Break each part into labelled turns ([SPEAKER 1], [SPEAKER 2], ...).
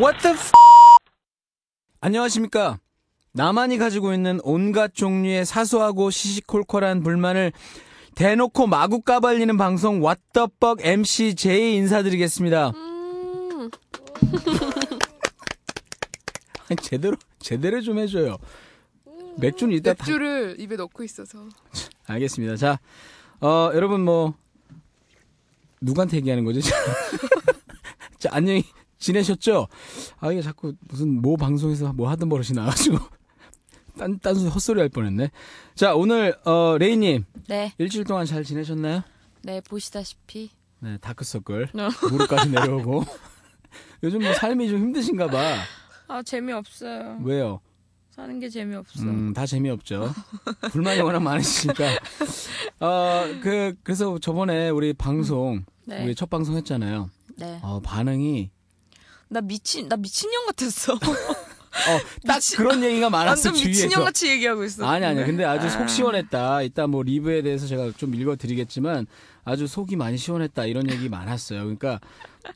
[SPEAKER 1] What the f- 안녕하십니까. 나만이 가지고 있는 온갖 종류의 사소하고 시시콜콜한 불만을 대놓고 마구 까발리는 방송 What the fuck MC J 인사드리겠습니다. 음. 아니, 제대로 제대로 좀 해줘요. 맥주는 이따 다
[SPEAKER 2] 맥주를 입에 넣고 있어서
[SPEAKER 1] 알겠습니다. 자, 어, 여러분 뭐 누구한테 얘기하는 거죠? 자, 안녕히 지내셨죠? 아, 이게 자꾸 무슨 모 방송에서 뭐 하던 버릇이 나가지고 딴, 딴 소리 헛소리 할 뻔했네. 자, 오늘 어, 레이님
[SPEAKER 3] 네,
[SPEAKER 1] 일주일 동안 잘 지내셨나요?
[SPEAKER 3] 네 보시다시피
[SPEAKER 1] 네, 다크서클 무릎까지 내려오고 요즘 뭐 삶이 좀 힘드신가 봐.
[SPEAKER 3] 아 재미없어요
[SPEAKER 1] 왜요?
[SPEAKER 3] 사는 게 재미없어
[SPEAKER 1] 음, 다 재미없죠. 불만이 워낙 많으시니까. 어, 그, 그래서 저번에 우리 방송,
[SPEAKER 3] 네,
[SPEAKER 1] 우리 첫 방송 했잖아요.
[SPEAKER 3] 네.
[SPEAKER 1] 어, 반응이,
[SPEAKER 3] 나 미친 나 미친년 같았어
[SPEAKER 1] 어, 딱
[SPEAKER 3] 미친-
[SPEAKER 1] 그런 얘기가 많았어,
[SPEAKER 3] 완전
[SPEAKER 1] 주위에서.
[SPEAKER 3] 미친년같이 얘기하고 있어
[SPEAKER 1] 아니, 아니, 근데 아주 속 시원했다. 이따 뭐 리뷰에 대해서 제가 좀 읽어드리겠지만, 아주 속이 많이 시원했다. 이런 얘기 많았어요. 그러니까,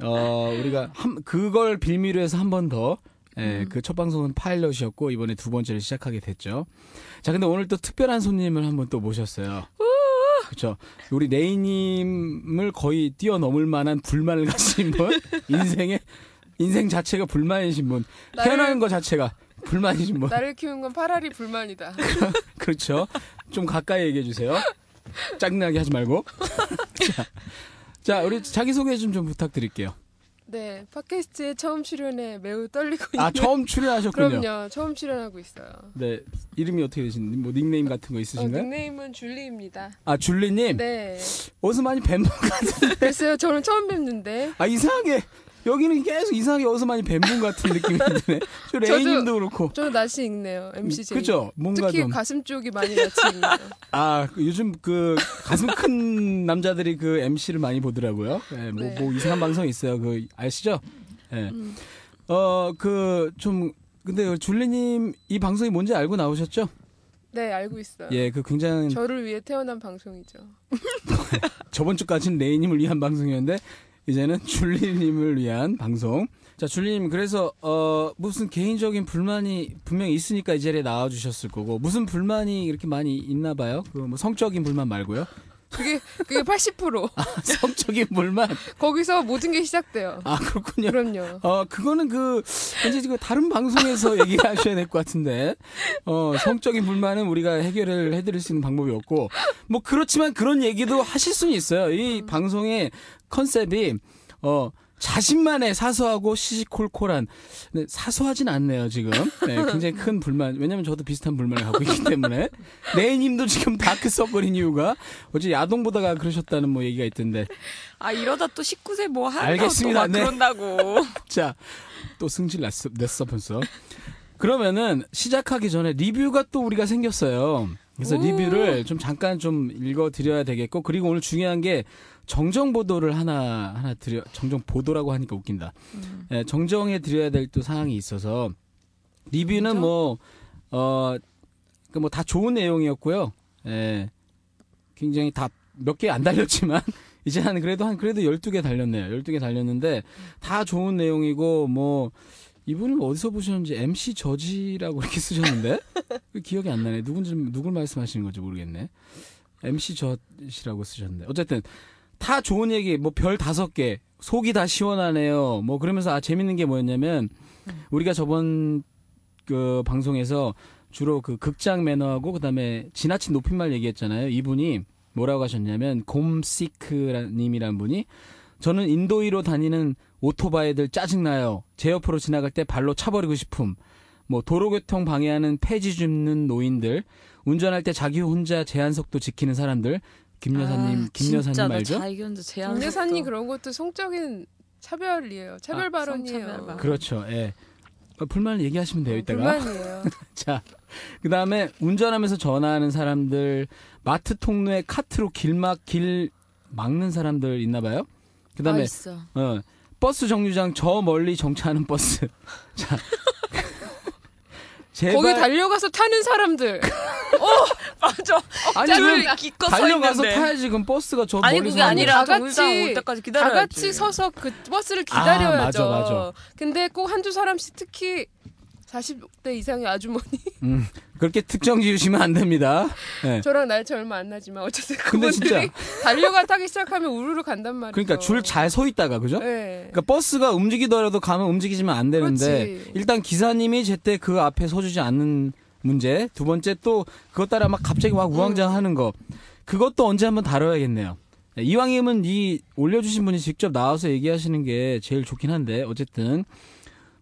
[SPEAKER 1] 어, 우리가 한, 그걸 빌미로 해서 한 번 더,
[SPEAKER 2] 음.
[SPEAKER 1] 예, 그 첫 방송은 파일럿이었고, 이번에 두 번째를 시작하게 됐죠. 자, 근데 오늘 또 특별한 손님을 한 번 또 모셨어요. 그렇죠. 우리 레이님을 거의 뛰어넘을 만한 불만을 가진 분, 인생의 인생 자체가 불만이신 분,
[SPEAKER 2] 나를-
[SPEAKER 1] 태어나는 것 자체가 불만이신 분.
[SPEAKER 2] 나를 키운 건 파라리 불만이다.
[SPEAKER 1] 그렇죠. 좀 가까이 얘기해 주세요. 짜증나게 하지 말고. 자, 자, 우리 자기 소개 좀 좀 부탁드릴게요.
[SPEAKER 2] 네, 팟캐스트에 처음 출연해 매우 떨리고 있는.
[SPEAKER 1] 아, 처음 출연하셨군요.
[SPEAKER 2] 예. 그럼요, 처음 출연하고 있어요.
[SPEAKER 1] 네, 이름이 어떻게 되시는지, 뭐 닉네임 같은 거
[SPEAKER 2] 어,
[SPEAKER 1] 있으신가요?
[SPEAKER 2] 닉네임은 줄리입니다.
[SPEAKER 1] 아, 줄리님.
[SPEAKER 2] 네,
[SPEAKER 1] 어디서 많이 뵌분 같은.
[SPEAKER 2] 글쎄요, 저는 처음 뵙는데
[SPEAKER 1] 아, 이상하게 여기는 계속 이상하게 어디서 많이 뵌분 같은 느낌이 드네. 저 레이님도 그렇고.
[SPEAKER 2] 저는 낯이 익네요, MC
[SPEAKER 1] 음,
[SPEAKER 2] j
[SPEAKER 1] 그죠? 뭔가
[SPEAKER 2] 특히
[SPEAKER 1] 좀.
[SPEAKER 2] 가슴 쪽이 많이 낯이 익네요.
[SPEAKER 1] 아, 그 요즘 그 가슴 큰 남자들이 그 MC를 많이 보더라고요. 예, 뭐,
[SPEAKER 2] 네. 음.
[SPEAKER 1] 뭐 이상한 방송 있어요. 그 아시죠? 예. 어, 그 좀 근데 줄리님 이 방송이 뭔지 알고 나오셨죠?
[SPEAKER 2] 네, 알고 있어요.
[SPEAKER 1] 예, 그 굉장히
[SPEAKER 2] 저를 위해 태어난 방송이죠.
[SPEAKER 1] 저번 주까지는 레이님을 위한 방송이었는데 이제는 줄리님을 위한 방송. 자, 줄리님 그래서 어 무슨 개인적인 불만이 분명히 있으니까 이 자리에 나와 주셨을 거고 무슨 불만이 이렇게 많이 있나 봐요. 그 뭐 성적인 불만 말고요.
[SPEAKER 2] 그게 그게 80%
[SPEAKER 1] 성적인 불만.
[SPEAKER 2] 거기서 모든 게 시작돼요.
[SPEAKER 1] 아, 그렇군요.
[SPEAKER 2] 그럼요.
[SPEAKER 1] 어, 그거는 그, 이제 지금 다른 방송에서 얘기하셔야 될 것 같은데, 어, 성적인 불만은 우리가 해결을 해드릴 수 있는 방법이 없고, 뭐, 그렇지만 그런 얘기도 하실 수는 있어요. 이 방송의 컨셉이, 어, 자신만의 사소하고 시시콜콜한, 네, 사소하진 않네요, 지금. 네, 굉장히 큰 불만. 왜냐면 저도 비슷한 불만을 갖고 있기 때문에. 네이님도 지금 다크서클인 이유가, 어제 야동 보다가 그러셨다는 뭐 얘기가 있던데.
[SPEAKER 3] 아 이러다 또 19세 뭐 하고
[SPEAKER 1] 알겠습니다.
[SPEAKER 3] 또막
[SPEAKER 1] 네.
[SPEAKER 3] 그런다고
[SPEAKER 1] 자, 또 승질 났어, 냈어, 벌써. 그러면은 시작하기 전에 리뷰가 또 우리가 생겼어요. 그래서
[SPEAKER 2] 오.
[SPEAKER 1] 리뷰를 좀 잠깐 좀 읽어 드려야 되겠고 그리고 오늘 중요한 게 정정 보도를 하나 하나 드려 정정 보도라고 하니까 웃긴다. 예, 정정해 드려야 될 또 사항이 있어서 리뷰는 뭐,
[SPEAKER 2] 정정?
[SPEAKER 1] 뭐어그뭐다 좋은 내용이었고요. 예. 굉장히 다 몇 개 안 달렸지만 이제 한 그래도 한 그래도 12개 달렸네요. 12개 달렸는데 다 좋은 내용이고 뭐 이분이 뭐 어디서 보셨는지 MC 저지라고 이렇게 쓰셨는데 기억이 안 나네. 누군지 누굴 말씀하시는 건지 모르겠네. MC 저지라고 쓰셨는데 어쨌든 다 좋은 얘기 뭐 별 다섯 개 속이 다 시원하네요. 뭐 그러면서 아 재밌는 게 뭐였냐면 우리가 저번 그 방송에서 주로 그 극장 매너하고 그다음에 지나친 높임말 얘기했잖아요. 이분이 뭐라고 하셨냐면 곰시크님이란 분이 저는 인도위로 다니는 오토바이들 짜증나요. 제 옆으로 지나갈 때 발로 차버리고 싶음. 뭐 도로교통 방해하는 폐지 줍는 노인들, 운전할 때 자기 혼자 제한 속도 지키는 사람들. 김 여사님,
[SPEAKER 3] 아,
[SPEAKER 1] 김 여사님 알죠?
[SPEAKER 3] 자기 혼자 제안
[SPEAKER 2] 김 여사님 그런 것도 성적인 차별이에요. 차별
[SPEAKER 3] 아,
[SPEAKER 2] 발언이에요.
[SPEAKER 3] 성차별 발언.
[SPEAKER 1] 그렇죠. 예. 어, 불만을 얘기하시면 돼요,
[SPEAKER 2] 어,
[SPEAKER 1] 이따가.
[SPEAKER 2] 불만이에요.
[SPEAKER 1] 자, 그 다음에 운전하면서 전화하는 사람들, 마트 통로에 카트로 길막 길 막는 사람들 있나 봐요. 그
[SPEAKER 3] 아,
[SPEAKER 1] 다음에
[SPEAKER 3] 있어
[SPEAKER 1] 어, 버스 정류장 저 멀리 정차하는 버스. 자, 제발
[SPEAKER 2] 거기 달려가서 타는 사람들.
[SPEAKER 3] 맞아.
[SPEAKER 1] 아니 그
[SPEAKER 3] 줄 기껏 서
[SPEAKER 1] 달려가서
[SPEAKER 3] 있는데.
[SPEAKER 1] 타야지 그럼 버스가 저
[SPEAKER 3] 아니
[SPEAKER 1] 멀리서
[SPEAKER 3] 그게
[SPEAKER 1] 왔는데.
[SPEAKER 2] 다
[SPEAKER 3] 아니라 다 같이
[SPEAKER 2] 같이-
[SPEAKER 3] 올 때까지
[SPEAKER 2] 다
[SPEAKER 3] 기다려야지.
[SPEAKER 2] 같이 서서 그 버스를
[SPEAKER 1] 아,
[SPEAKER 2] 기다려야죠.
[SPEAKER 1] 맞아, 맞아.
[SPEAKER 2] 근데 꼭 한두 사람씩 특히 40대 이상의 아주머니
[SPEAKER 1] 음, 그렇게 특정 지으시면 안 됩니다. 예.
[SPEAKER 2] 저랑 나이 차 얼마 안 나지만 어쨌든
[SPEAKER 1] 근데 진짜
[SPEAKER 2] 그분들이 달려가 타기 시작하면 우르르 간단 말이죠.
[SPEAKER 1] 그러니까 줄 잘 서 있다가 그죠?
[SPEAKER 2] 네.
[SPEAKER 1] 그러니까 버스가 움직이더라도 가면 움직이지면 안 되는데
[SPEAKER 2] 그렇지.
[SPEAKER 1] 일단 기사님이 제때 그 앞에 서주지 않는 문제 두 번째 또 그것 따라 막 갑자기 막
[SPEAKER 2] 음.
[SPEAKER 1] 우왕좌왕하는 거 그것도 언제 한번 다뤄야겠네요. 네, 이왕이면 이 올려주신 분이 직접 나와서 얘기하시는 게 제일 좋긴 한데 어쨌든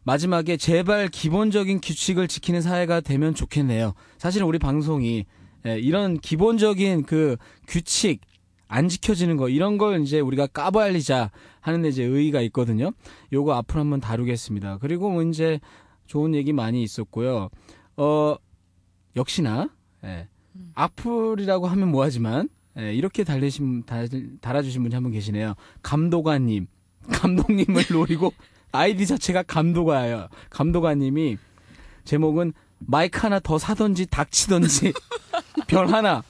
[SPEAKER 1] 마지막에 제발 기본적인 규칙을 지키는 사회가 되면 좋겠네요. 사실은 우리 방송이 예, 이런 기본적인 그 규칙 안 지켜지는 거 이런 걸 이제 우리가 까발리자 하는 데 이제 의의가 있거든요. 요거 앞으로 한번 다루겠습니다. 그리고 뭐 이제 좋은 얘기 많이 있었고요. 어 역시나 예. 악플이라고 하면 뭐하지만 예, 이렇게 달리신 달, 달아주신 분이 한 분 계시네요. 감독아님, 감독님을 노리고 아이디 자체가 감독아예요. 감독아님이 제목은 마이크 하나 더 사던지 닥치던지 별 하나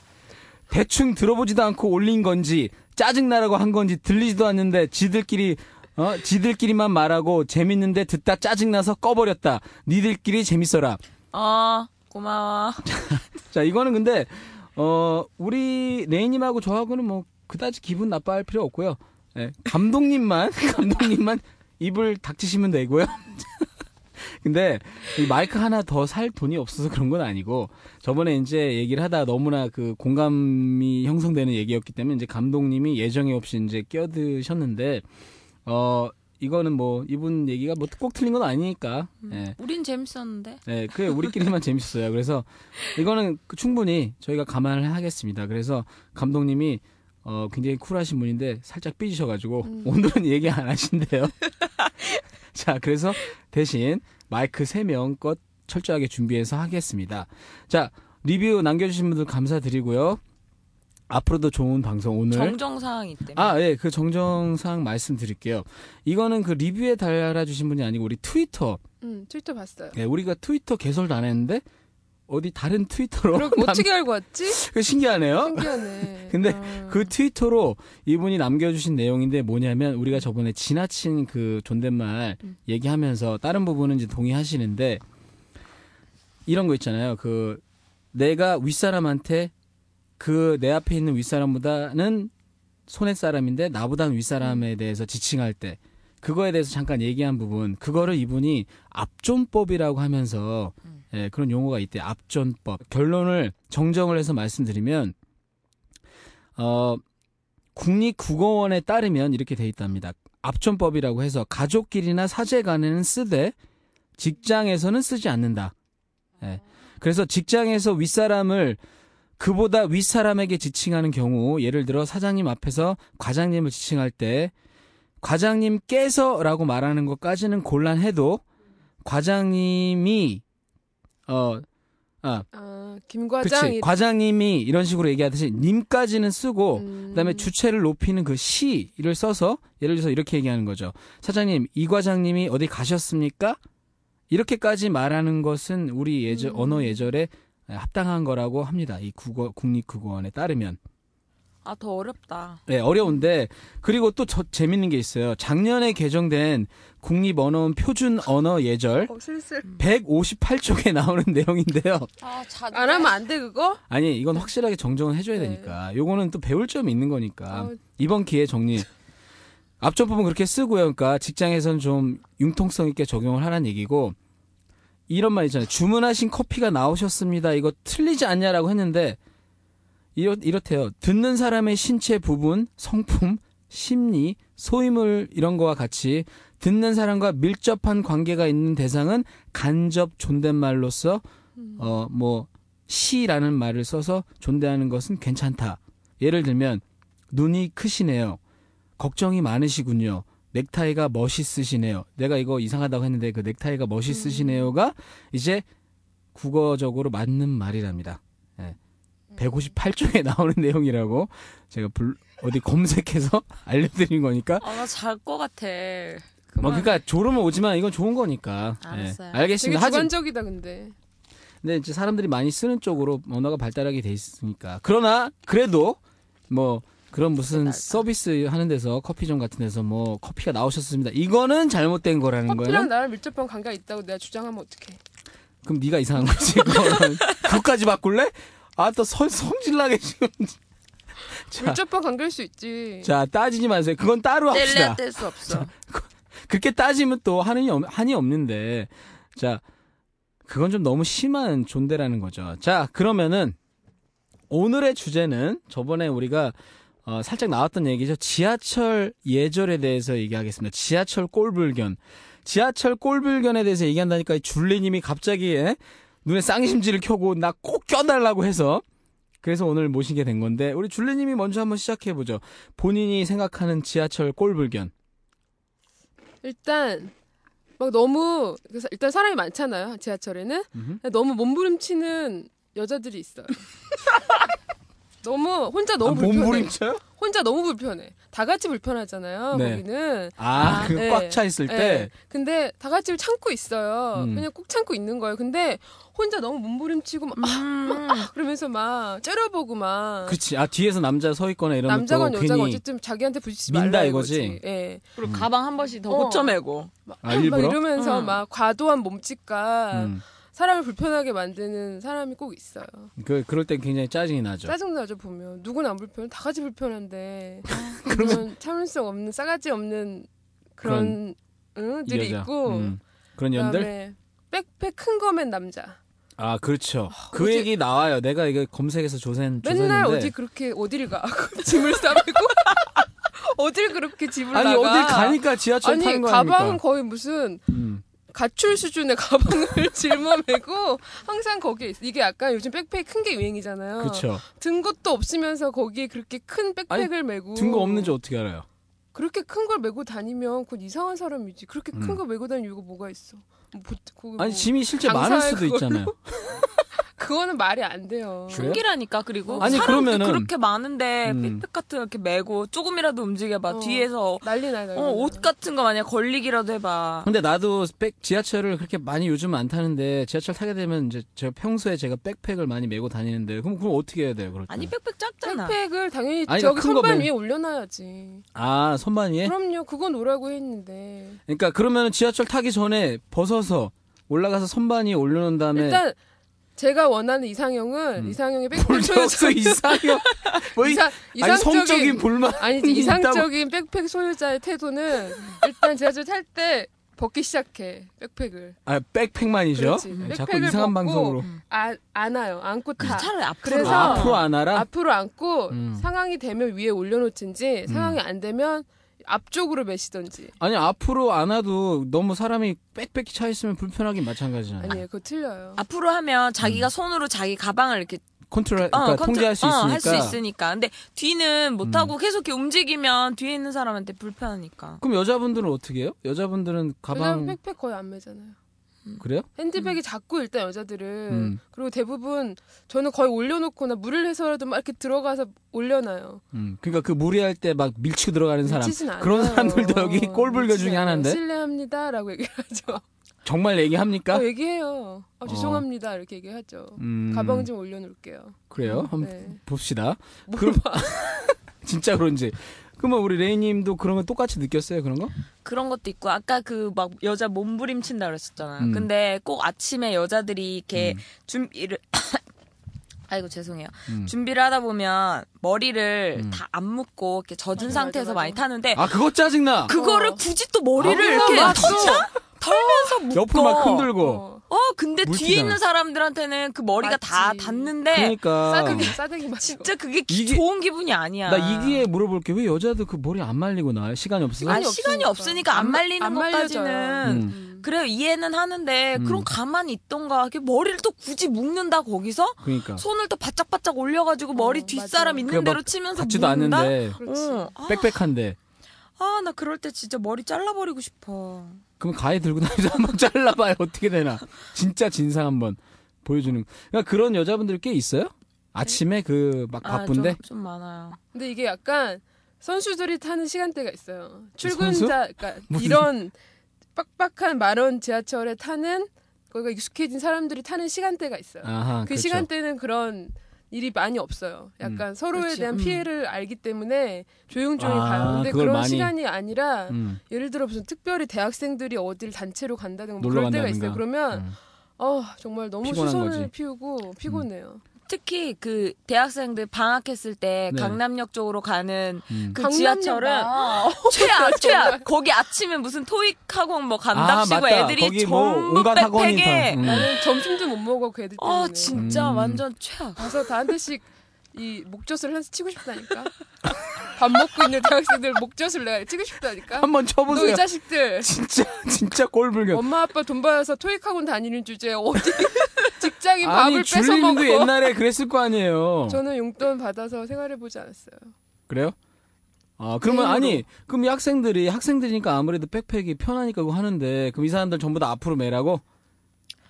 [SPEAKER 1] 대충 들어보지도 않고 올린 건지 짜증나라고 한 건지 들리지도 않는데 지들끼리 어 지들끼리만 말하고 재밌는데 듣다 짜증나서 꺼버렸다 니들끼리 재밌어라
[SPEAKER 3] 아 고마워.
[SPEAKER 1] 자 이거는 근데 어 우리 레이님하고 저하고는 뭐 그다지 기분 나빠할 필요 없고요 예, 감독님만 감독님만 입을 닥치시면 되고요 근데 이 마이크 하나 더 살 돈이 없어서 그런 건 아니고 저번에 이제 얘기를 하다 너무나 그 공감이 형성되는 얘기였기 때문에 이제 감독님이 예정에 없이 이제 끼어드셨는데 어 이거는 뭐 이분 얘기가 뭐 꼭 틀린 건 아니니까 예.
[SPEAKER 3] 우린 재밌었는데.
[SPEAKER 1] 네, 그게 우리끼리만 재밌었어요. 그래서 이거는 그 충분히 저희가 감안을 하겠습니다. 그래서 감독님이 어, 굉장히 쿨하신 분인데 살짝 삐지셔가지고
[SPEAKER 3] 음.
[SPEAKER 1] 오늘은 얘기 안 하신대요. 자, 그래서 대신 마이크 3명껏 철저하게 준비해서 하겠습니다. 자, 리뷰 남겨주신 분들 감사드리고요. 앞으로도 좋은 방송 오늘.
[SPEAKER 3] 정정 사항이 때문에.
[SPEAKER 1] 아, 예, 그 정정사항 말씀드릴게요. 이거는 그 리뷰에 달아주신 분이 아니고 우리 트위터
[SPEAKER 2] 음, 트위터 봤어요.
[SPEAKER 1] 네, 우리가 트위터 개설도 안 했는데 어디 다른 트위터로
[SPEAKER 2] 그럼
[SPEAKER 1] 남-
[SPEAKER 2] 어떻게 알고 왔지?
[SPEAKER 1] 그 신기하네요.
[SPEAKER 2] 신기하네.
[SPEAKER 1] 근데
[SPEAKER 3] 음.
[SPEAKER 2] 어.
[SPEAKER 1] 그 트위터로 이분이 남겨주신 내용인데 뭐냐면 우리가 저번에 지나친 그 존댓말
[SPEAKER 3] 음.
[SPEAKER 1] 얘기하면서 다른 부분은 이제 동의하시는데 이런 거 있잖아요. 그 내가 윗사람한테 그 내 앞에 있는 윗사람보다는 손의 사람인데 나보다는 윗사람에
[SPEAKER 3] 음.
[SPEAKER 1] 대해서 지칭할 때 그거에 대해서 잠깐 얘기한 부분 그거를 이분이 압존법이라고 하면서
[SPEAKER 3] 음.
[SPEAKER 1] 예, 그런 용어가 있대 요 압존법 결론을 정정을 해서 말씀드리면 어 국립국어원에 따르면 이렇게 돼 있답니다. 압존법이라고 해서 가족끼리나 사제 간에는 쓰되 직장에서는 쓰지 않는다. 예. 그래서 직장에서 윗사람을 그보다 윗사람에게 지칭하는 경우 예를 들어 사장님 앞에서 과장님을 지칭할 때 과장님께서라고 말하는 것까지는 곤란해도 과장님이 어 아,
[SPEAKER 2] 아,
[SPEAKER 1] 그치
[SPEAKER 2] 김과장이
[SPEAKER 1] 과장님이 이런 식으로 얘기하듯이 님까지는 쓰고
[SPEAKER 2] 음.
[SPEAKER 1] 그다음에 주체를 높이는 그 시를 써서 예를 들어서 이렇게 얘기하는 거죠. 사장님, 이 과장님이 어디 가셨습니까? 이렇게까지 말하는 것은 우리 예절,
[SPEAKER 2] 음.
[SPEAKER 1] 언어 예절에 합당한 거라고 합니다. 이 국어 국립국어원에 따르면.
[SPEAKER 3] 아 더 어렵다.
[SPEAKER 1] 네, 어려운데 그리고 또 저, 재밌는 게 있어요. 작년에 개정된 국립언어원 표준 언어 예절
[SPEAKER 2] 어, 슬슬
[SPEAKER 1] 음. 158쪽에 나오는 내용인데요.
[SPEAKER 3] 아 자.
[SPEAKER 2] 안 하면 안 돼 그거?
[SPEAKER 1] 아니, 이건 확실하게 정정을 해 줘야
[SPEAKER 2] 네.
[SPEAKER 1] 되니까. 요거는 또 배울 점이 있는 거니까.
[SPEAKER 2] 어,
[SPEAKER 1] 이번 기회 정리. 앞전 부분 그렇게 쓰고요. 그러니까 직장에선 좀 융통성 있게 적용을 하라는 얘기고 이런 말 있잖아요. 주문하신 커피가 나오셨습니다. 이거 틀리지 않냐라고 했는데 이렇, 이렇대요. 듣는 사람의 신체 부분, 성품, 심리, 소임을 이런 거와 같이 듣는 사람과 밀접한 관계가 있는 대상은 간접 존댓말로서 어 뭐 시라는 말을 써서 존대하는 것은 괜찮다. 예를 들면 눈이 크시네요. 걱정이 많으시군요. 넥타이가 멋있으시네요. 내가 이거 이상하다고 했는데 그 넥타이가
[SPEAKER 3] 음.
[SPEAKER 1] 멋있으시네요가 이제 국어적으로 맞는 말이랍니다. 예.
[SPEAKER 3] 음.
[SPEAKER 1] 158쪽에 나오는 내용이라고 제가 불- 어디 검색해서 알려드린 거니까.
[SPEAKER 3] 아나잘것 같아.
[SPEAKER 1] 그러니까 뭐 그러니까 졸음은 오지만 이건 좋은 거니까. 예.
[SPEAKER 3] 알았어요.
[SPEAKER 2] 되게
[SPEAKER 1] 알겠습니다. 하지
[SPEAKER 2] 주관적이다 근데.
[SPEAKER 1] 근데 이제 사람들이 많이 쓰는 쪽으로 언어가 발달하게 돼 있으니까. 그러나 그래도 뭐 그런 무슨
[SPEAKER 3] 배달다.
[SPEAKER 1] 서비스 하는 데서 커피점 같은 데서 뭐 커피가 나오셨습니다. 이거는 잘못된 거라는 거예요.
[SPEAKER 2] 커피랑 나랑 밀접한 관계가 있다고 내가 주장하면 어떡해.
[SPEAKER 1] 그럼 네가 이상한 거지. 그거는. 그거까지 바꿀래? 아 또 성질나게
[SPEAKER 2] 네.
[SPEAKER 1] 지금. 자,
[SPEAKER 2] 밀접한 관계일 수 있지.
[SPEAKER 1] 자 따지지 마세요. 그건 따로
[SPEAKER 2] 네,
[SPEAKER 1] 합시다.
[SPEAKER 3] 뗄래야 뗄 수 없어.
[SPEAKER 1] 그렇게 따지면 또 한이, 없, 한이 없는데 자 그건 좀 너무 심한 존대라는 거죠 자 그러면은 오늘의 주제는 저번에 우리가 어, 살짝 나왔던 얘기죠 지하철 예절에 대해서 얘기하겠습니다 지하철 꼴불견 지하철 꼴불견에 대해서 얘기한다니까 이 줄리님이 갑자기 예? 눈에 쌍심지를 켜고 나 꼭 껴달라고 해서 그래서 오늘 모시게 된 건데 우리 줄리님이 먼저 한번 시작해보죠 본인이 생각하는 지하철 꼴불견
[SPEAKER 2] 일단 막 너무 그래서 일단 사람이 많잖아요. 지하철에는
[SPEAKER 1] 음흠.
[SPEAKER 2] 너무 몸부림치는 여자들이 있어요. 너무 혼자 너무
[SPEAKER 1] 아,
[SPEAKER 2] 불편해.
[SPEAKER 1] 몸부림쳐요?
[SPEAKER 2] 혼자 너무 불편해. 다 같이 불편하잖아요.
[SPEAKER 1] 네.
[SPEAKER 2] 거기는.
[SPEAKER 1] 아,
[SPEAKER 2] 아,
[SPEAKER 1] 그
[SPEAKER 2] 네.
[SPEAKER 1] 꽉 차 있을
[SPEAKER 2] 예.
[SPEAKER 1] 때.
[SPEAKER 2] 근데 다 같이 참고 있어요.
[SPEAKER 1] 음.
[SPEAKER 2] 그냥 꼭 참고 있는 거예요. 근데 혼자 너무 몸부림치고 막 아,
[SPEAKER 3] 음,
[SPEAKER 2] 그러면서 막 째려보고 막
[SPEAKER 1] 그렇지. 아 뒤에서 남자 서 있거나 이러면
[SPEAKER 2] 남자건
[SPEAKER 1] 또
[SPEAKER 2] 여자건
[SPEAKER 1] 괜히
[SPEAKER 2] 어쨌든 자기한테 부딪히지
[SPEAKER 1] 민다
[SPEAKER 2] 말라
[SPEAKER 1] 이거지.
[SPEAKER 2] 이거지. 예.
[SPEAKER 1] 음.
[SPEAKER 3] 그리고 가방 한 번씩 더
[SPEAKER 2] 어.
[SPEAKER 3] 고쳐매고.
[SPEAKER 1] 아
[SPEAKER 2] 막
[SPEAKER 1] 일부러.
[SPEAKER 2] 이러면서
[SPEAKER 3] 음.
[SPEAKER 2] 막 과도한 몸짓과
[SPEAKER 1] 음.
[SPEAKER 2] 사람을 불편하게 만드는 사람이 꼭 있어요.
[SPEAKER 1] 그 그럴 땐 굉장히 짜증이 나죠.
[SPEAKER 2] 짜증나죠 보면 누구나 안 불편해 다 같이 불편한데 그런 참을성 없는 싸가지 없는 그런
[SPEAKER 1] 이
[SPEAKER 2] 응들이
[SPEAKER 1] 여자.
[SPEAKER 2] 있고
[SPEAKER 1] 음. 그런 연들.
[SPEAKER 2] 그다음에 백팩 큰 거맨 남자
[SPEAKER 1] 아 그렇죠. 그
[SPEAKER 2] 어디-
[SPEAKER 1] 얘기 나와요. 내가 이거 검색해서 조사한
[SPEAKER 2] 맨날
[SPEAKER 1] 조사했는데.
[SPEAKER 2] 어디 그렇게 어딜 가 짐을 싸매고 어딜 그렇게 짐을
[SPEAKER 1] 아니
[SPEAKER 2] 나가
[SPEAKER 1] 어딜 가니까 지하철
[SPEAKER 2] 아니
[SPEAKER 1] 타는 거
[SPEAKER 2] 가방은
[SPEAKER 1] 아닙니까?
[SPEAKER 2] 거의 무슨
[SPEAKER 1] 음.
[SPEAKER 2] 가출 수준의 가방을 짊어매고 항상 거기에 있어. 이게 약간 요즘 백팩 큰 게 유행이잖아요.
[SPEAKER 1] 그렇죠.
[SPEAKER 2] 든 것도 없으면서 거기에 그렇게 큰 백팩을 메고
[SPEAKER 1] 든거 없는지 어떻게 알아요?
[SPEAKER 2] 그렇게 큰 걸 메고 다니면 그건 이상한 사람이지. 그렇게 큰
[SPEAKER 1] 음.
[SPEAKER 2] 걸 메고 다니는 이유가 뭐가 있어? 뭐, 보- 그거 뭐-
[SPEAKER 1] 아니 짐이 실제
[SPEAKER 2] 장사할
[SPEAKER 1] 많을 수도
[SPEAKER 2] 그걸로?
[SPEAKER 1] 있잖아요.
[SPEAKER 2] 그거는 말이 안 돼요.
[SPEAKER 1] 그래요?
[SPEAKER 3] 신기라니까 그리고
[SPEAKER 1] 아니,
[SPEAKER 3] 사람도
[SPEAKER 1] 그러면은-
[SPEAKER 3] 그렇게 많은데
[SPEAKER 1] 음.
[SPEAKER 3] 삐백 같은 거 이렇게 메고 조금이라도 움직여봐
[SPEAKER 2] 어.
[SPEAKER 3] 뒤에서
[SPEAKER 2] 난리 나요.
[SPEAKER 3] 어, 옷 같은 거 만약 걸리기라도 해봐.
[SPEAKER 1] 근데 나도 백 지하철을 그렇게 많이 요즘 안 타는데 지하철 타게 되면 이제 제가 평소에 제가 백팩을 많이 메고 다니는데 그럼 그럼 어떻게 해야 돼요? 그럴 때?
[SPEAKER 3] 아니 빽빽 작잖아.
[SPEAKER 2] 백팩을 당연히
[SPEAKER 1] 아니,
[SPEAKER 2] 저기
[SPEAKER 1] 큰거
[SPEAKER 2] 선반
[SPEAKER 1] 메-
[SPEAKER 2] 위에 올려놔야지.
[SPEAKER 1] 아 선반 위에?
[SPEAKER 2] 그럼요. 그건 오라고 했는데.
[SPEAKER 1] 그러니까 그러면 지하철 타기 전에 벗어서 올라가서 선반 위에 올려놓은 다음에
[SPEAKER 2] 일단 제가 원하는 이상형은
[SPEAKER 1] 음.
[SPEAKER 2] 이상형의
[SPEAKER 1] 볼
[SPEAKER 2] 백팩
[SPEAKER 1] 적도
[SPEAKER 2] 소유자.
[SPEAKER 1] 이상형 뭐 이-
[SPEAKER 2] 이상
[SPEAKER 1] 아니 성적인
[SPEAKER 2] 이상적인
[SPEAKER 1] 불만
[SPEAKER 2] 아니지
[SPEAKER 1] 있다고.
[SPEAKER 2] 이상적인 백팩 소유자의 태도는 일단 지하철 탈 때 벗기 시작해 백팩을
[SPEAKER 1] 아 백팩만이죠
[SPEAKER 2] 그렇지.
[SPEAKER 1] 네, 자꾸
[SPEAKER 2] 백팩을
[SPEAKER 1] 이상한
[SPEAKER 2] 벗고
[SPEAKER 1] 방송으로
[SPEAKER 2] 안 안아요 안고 타
[SPEAKER 3] 그래서 차라리 앞으로.
[SPEAKER 2] 그래서-
[SPEAKER 1] 아, 앞으로 안 알아
[SPEAKER 2] 앞으로 안고
[SPEAKER 1] 음.
[SPEAKER 2] 상황이 되면 위에 올려놓든지 상황이 안 되면 앞쪽으로 매시던지
[SPEAKER 1] 아니 앞으로 안 와도 너무 사람이 빽빽히 차 있으면 불편하긴 마찬가지잖아
[SPEAKER 2] 아니에요 그거 틀려요
[SPEAKER 3] 앞으로 하면 자기가 손으로 자기 가방을 이렇게
[SPEAKER 1] 컨트롤
[SPEAKER 3] 어,
[SPEAKER 1] 음. 그러니까
[SPEAKER 3] 컨트-
[SPEAKER 1] 통제할 수
[SPEAKER 3] 어,
[SPEAKER 1] 있으니까 음.
[SPEAKER 3] 할수 있으니까. 근데 뒤는 못 하고 계속 이렇게 움직이면 뒤에 있는 사람한테 불편하니까.
[SPEAKER 1] 그럼 여자분들은 어떻게 해요 여자분들은
[SPEAKER 2] 가방
[SPEAKER 1] 가방
[SPEAKER 2] 백팩 거의 안 매잖아요
[SPEAKER 1] 그래요
[SPEAKER 2] 핸드백이 작고 일단 여자들은
[SPEAKER 1] 음.
[SPEAKER 2] 그리고 대부분 저는 거의 올려놓거나 물을 해서라도 막 이렇게 들어가서 올려놔요
[SPEAKER 1] 음 그러니까 그 무리할 때 막 밀치고 들어가는 사람
[SPEAKER 2] 미치진 않아요
[SPEAKER 1] 그런 사람들도 여기
[SPEAKER 3] 어,
[SPEAKER 1] 꼴불견
[SPEAKER 2] 미치진
[SPEAKER 1] 중에
[SPEAKER 2] 않아요.
[SPEAKER 1] 하나인데?
[SPEAKER 2] 실례합니다라고 얘기하죠
[SPEAKER 1] 정말 얘기합니까
[SPEAKER 2] 어, 얘기해요 아,
[SPEAKER 1] 어.
[SPEAKER 2] 죄송합니다 이렇게 얘기하죠
[SPEAKER 1] 음
[SPEAKER 2] 가방 좀 올려놓을게요
[SPEAKER 1] 그래요
[SPEAKER 3] 음,
[SPEAKER 1] 한번
[SPEAKER 2] 네.
[SPEAKER 1] 봅시다
[SPEAKER 2] 뭘
[SPEAKER 3] 뭐
[SPEAKER 1] 그럼-
[SPEAKER 2] 봐.
[SPEAKER 1] 진짜 그런지. 그러면 우리 레이님도 그런 거 똑같이 느꼈어요 그런 거?
[SPEAKER 3] 그런 것도 있고 아까 그 막 여자 몸부림친다 그랬었잖아요.
[SPEAKER 1] 음.
[SPEAKER 3] 근데 꼭 아침에 여자들이 이렇게 준비를 아이고 죄송해요.
[SPEAKER 1] 음.
[SPEAKER 3] 준비를 하다 보면 머리를
[SPEAKER 1] 음.
[SPEAKER 3] 다 안 묶고 이렇게 젖은
[SPEAKER 2] 맞아,
[SPEAKER 3] 상태에서
[SPEAKER 2] 맞아,
[SPEAKER 3] 많이 타는데
[SPEAKER 1] 아 그거 짜증나.
[SPEAKER 3] 네. 그거를
[SPEAKER 2] 어.
[SPEAKER 3] 굳이 또 머리를
[SPEAKER 1] 아,
[SPEAKER 3] 이렇게
[SPEAKER 1] 맞아.
[SPEAKER 3] 털자? 털면서 묶어.
[SPEAKER 1] 옆을 막 흔들고.
[SPEAKER 2] 어.
[SPEAKER 3] 어 근데 뒤에
[SPEAKER 1] 물티잖아.
[SPEAKER 3] 있는 사람들한테는 그 머리가 다
[SPEAKER 2] 맞지.
[SPEAKER 3] 닿는데
[SPEAKER 1] 그러니까
[SPEAKER 2] 싸대기 싸대기 맞고
[SPEAKER 3] 진짜 그게 기-
[SPEAKER 1] 이게-
[SPEAKER 3] 좋은 기분이 아니야.
[SPEAKER 1] 나 이기에 물어볼게 왜 여자도 그 머리 안 말리고 나요? 시간이 없어서.
[SPEAKER 3] 아니, 시간이 없으니까 안 말리는
[SPEAKER 2] 안
[SPEAKER 3] 것까지는
[SPEAKER 1] 음.
[SPEAKER 2] 음.
[SPEAKER 3] 그래요 이해는 하는데
[SPEAKER 1] 음.
[SPEAKER 3] 그럼 가만히 있던가 이렇게 머리를 또 굳이 묶는다 거기서
[SPEAKER 1] 그러니까
[SPEAKER 3] 손을 또 바짝바짝 올려가지고 머리
[SPEAKER 2] 어, 맞아.
[SPEAKER 3] 뒷사람
[SPEAKER 1] 그래,
[SPEAKER 3] 있는
[SPEAKER 1] 막
[SPEAKER 3] 대로 치면서
[SPEAKER 1] 같지도
[SPEAKER 3] 묶는다?
[SPEAKER 1] 않는데
[SPEAKER 2] 그렇지.
[SPEAKER 3] 어, 아,
[SPEAKER 1] 빽빽한데.
[SPEAKER 3] 아, 나 그럴 때 진짜 머리 잘라버리고 싶어.
[SPEAKER 1] 그럼 가위 들고 다니면서 한번 잘라봐요 어떻게 되나. 진짜 진상 한번 보여주는. 그러니까 그런 여자분들 꽤 있어요? 아침에 그 막
[SPEAKER 3] 아,
[SPEAKER 1] 바쁜데
[SPEAKER 3] 좀, 좀 많아요.
[SPEAKER 2] 근데 이게 약간 선수들이 타는 시간대가 있어요.
[SPEAKER 1] 선수?
[SPEAKER 2] 출근자 그러니까
[SPEAKER 1] 무슨-
[SPEAKER 2] 이런 빡빡한 만원 지하철에 타는 거기가 익숙해진 사람들이 타는 시간대가 있어요.
[SPEAKER 1] 아하,
[SPEAKER 2] 그
[SPEAKER 1] 그렇죠.
[SPEAKER 2] 시간대는 그런 일이 많이 없어요. 약간 서로에
[SPEAKER 3] 그렇지.
[SPEAKER 2] 대한
[SPEAKER 3] 음.
[SPEAKER 2] 피해를 알기 때문에 조용조용히
[SPEAKER 1] 아,
[SPEAKER 2] 가요. 근데
[SPEAKER 1] 그걸
[SPEAKER 2] 그런
[SPEAKER 1] 많이-
[SPEAKER 2] 시간이 아니라
[SPEAKER 1] 음,
[SPEAKER 2] 예를 들어 무슨 특별히 대학생들이 어딜 단체로 간다든가 뭐
[SPEAKER 1] 놀러
[SPEAKER 2] 그럴 때가
[SPEAKER 1] 간다든가.
[SPEAKER 2] 있어요. 그러면
[SPEAKER 1] 음.
[SPEAKER 2] 어 정말 너무
[SPEAKER 1] 피곤한
[SPEAKER 2] 수선을
[SPEAKER 1] 거지. 음.
[SPEAKER 2] 피우고 피곤해요.
[SPEAKER 3] 특히 그 대학생들 방학했을 때
[SPEAKER 1] 네.
[SPEAKER 3] 강남역 쪽으로 가는
[SPEAKER 1] 음.
[SPEAKER 3] 그
[SPEAKER 2] 강남역
[SPEAKER 3] 지하철은
[SPEAKER 2] 나.
[SPEAKER 3] 최악 최악 거기 아침에 무슨 토익 학원 뭐
[SPEAKER 1] 아,
[SPEAKER 3] 간답시고
[SPEAKER 1] 맞다.
[SPEAKER 3] 애들이
[SPEAKER 1] 거기 뭐
[SPEAKER 3] 전부
[SPEAKER 1] 온갖 학원이 다.
[SPEAKER 3] 백팩에
[SPEAKER 1] 음.
[SPEAKER 2] 나는 점심도 못 먹어 그 애들 때문에
[SPEAKER 3] 아 진짜
[SPEAKER 1] 음.
[SPEAKER 3] 완전 최악
[SPEAKER 2] 가서 다 한 대씩 이 목젖을 한 대 치고 싶다니까. 밥 먹고 있는 대학생들 목젖을 내가 치고 싶다니까.
[SPEAKER 1] 한번
[SPEAKER 2] 너 이
[SPEAKER 1] 쳐보세요.
[SPEAKER 2] 자식들
[SPEAKER 1] 진짜 진짜 꼴불견.
[SPEAKER 2] 엄마 아빠 돈 받아서 토익학원 다니는 주제에 어디 직장인
[SPEAKER 1] 아니
[SPEAKER 2] 밥을 뺏어 먹고
[SPEAKER 1] 줄리님도 옛날에 그랬을 거 아니에요.
[SPEAKER 2] 저는 용돈 받아서 생활해 보지 않았어요.
[SPEAKER 1] 그래요? 아 그러면
[SPEAKER 3] 음.
[SPEAKER 2] 게임으로.
[SPEAKER 1] 아니 그럼 이 학생들이 학생들이니까 아무래도 백팩이 편하니까 그거 하는데 그럼 이 사람들 전부 다 앞으로 매라고?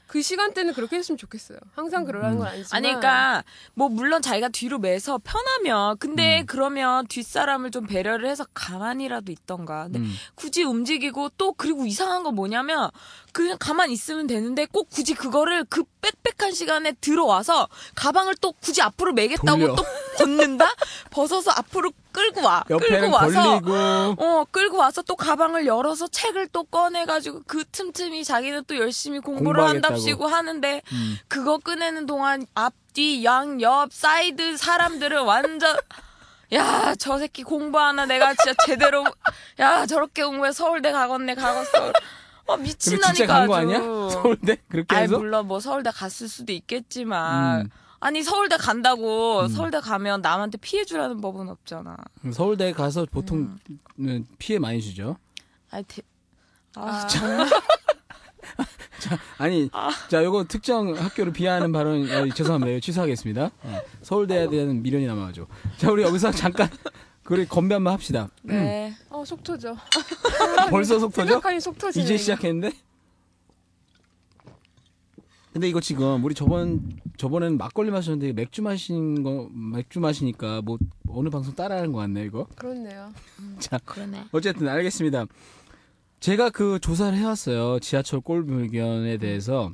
[SPEAKER 2] 그 시간대는 그렇게 했으면 좋겠어요. 항상
[SPEAKER 1] 음.
[SPEAKER 2] 그러라는 건 아니지만
[SPEAKER 3] 아니 그러니까 뭐 물론 자기가 뒤로 매서 편하면
[SPEAKER 1] 음.
[SPEAKER 3] 근데 그러면 뒷사람을 좀 배려를 해서 가만히라도 있던가 근데
[SPEAKER 1] 음.
[SPEAKER 3] 굳이 움직이고 또 그리고 이상한 건 뭐냐면 그냥 가만 있으면 되는데 꼭 굳이 그거를 그 빽빽한 시간에 들어와서 가방을 또 굳이 앞으로 매겠다고
[SPEAKER 1] 돌려.
[SPEAKER 3] 또 벗는다 벗어서 앞으로 끌고 와
[SPEAKER 1] 옆에는
[SPEAKER 3] 아, 끌고 와서
[SPEAKER 1] 걸리고
[SPEAKER 3] 어 끌고 와서 또 가방을 열어서 책을 또 꺼내가지고 그 틈틈이 자기는 또 열심히 공부를
[SPEAKER 1] 공부하겠다고.
[SPEAKER 3] 한답시고 하는데
[SPEAKER 1] 음.
[SPEAKER 3] 그거 꺼내는 동안 앞뒤 양 옆 사이드 사람들은 완전 야 저 새끼 공부하나 내가 진짜 제대로 야 저렇게 공부해 서울대 가겠네 가겠어 어
[SPEAKER 1] 그럼 진짜 간
[SPEAKER 3] 미친다니까
[SPEAKER 1] 거
[SPEAKER 3] 아주
[SPEAKER 1] 아니야? 서울대 그렇게
[SPEAKER 3] 아이
[SPEAKER 1] 해서?
[SPEAKER 3] 물론 뭐 서울대 갔을 수도 있겠지만
[SPEAKER 1] 음.
[SPEAKER 3] 아니 서울대 간다고
[SPEAKER 1] 음.
[SPEAKER 3] 서울대 가면 남한테 피해 주라는 법은 없잖아
[SPEAKER 1] 서울대 가서 보통 음, 피해 많이 주죠.
[SPEAKER 3] 아이 대... 아,
[SPEAKER 2] 아,
[SPEAKER 1] 아니 자 요거 특정 학교를 비하하는 발언 아, 죄송합니다. 이거 취소하겠습니다. 어, 서울대에 대한 미련이 남아가지고 자 우리 여기서 잠깐 그리 건배 한번 합시다.
[SPEAKER 3] 네
[SPEAKER 2] 어, 속 터져.
[SPEAKER 1] 벌써 속 터져?
[SPEAKER 2] 생각하니 속 터지네.
[SPEAKER 1] 이제
[SPEAKER 2] 이거.
[SPEAKER 1] 시작했는데? 근데 이거 지금 우리 저번 저번에는 막걸리 마셨는데 맥주 마신 거 맥주 마시니까 뭐 어느 방송 따라하는 것 같네 이거.
[SPEAKER 2] 그렇네요.
[SPEAKER 3] 그러네
[SPEAKER 1] 어쨌든 알겠습니다. 제가 그 조사를 해왔어요. 지하철 꼴불견에 대해서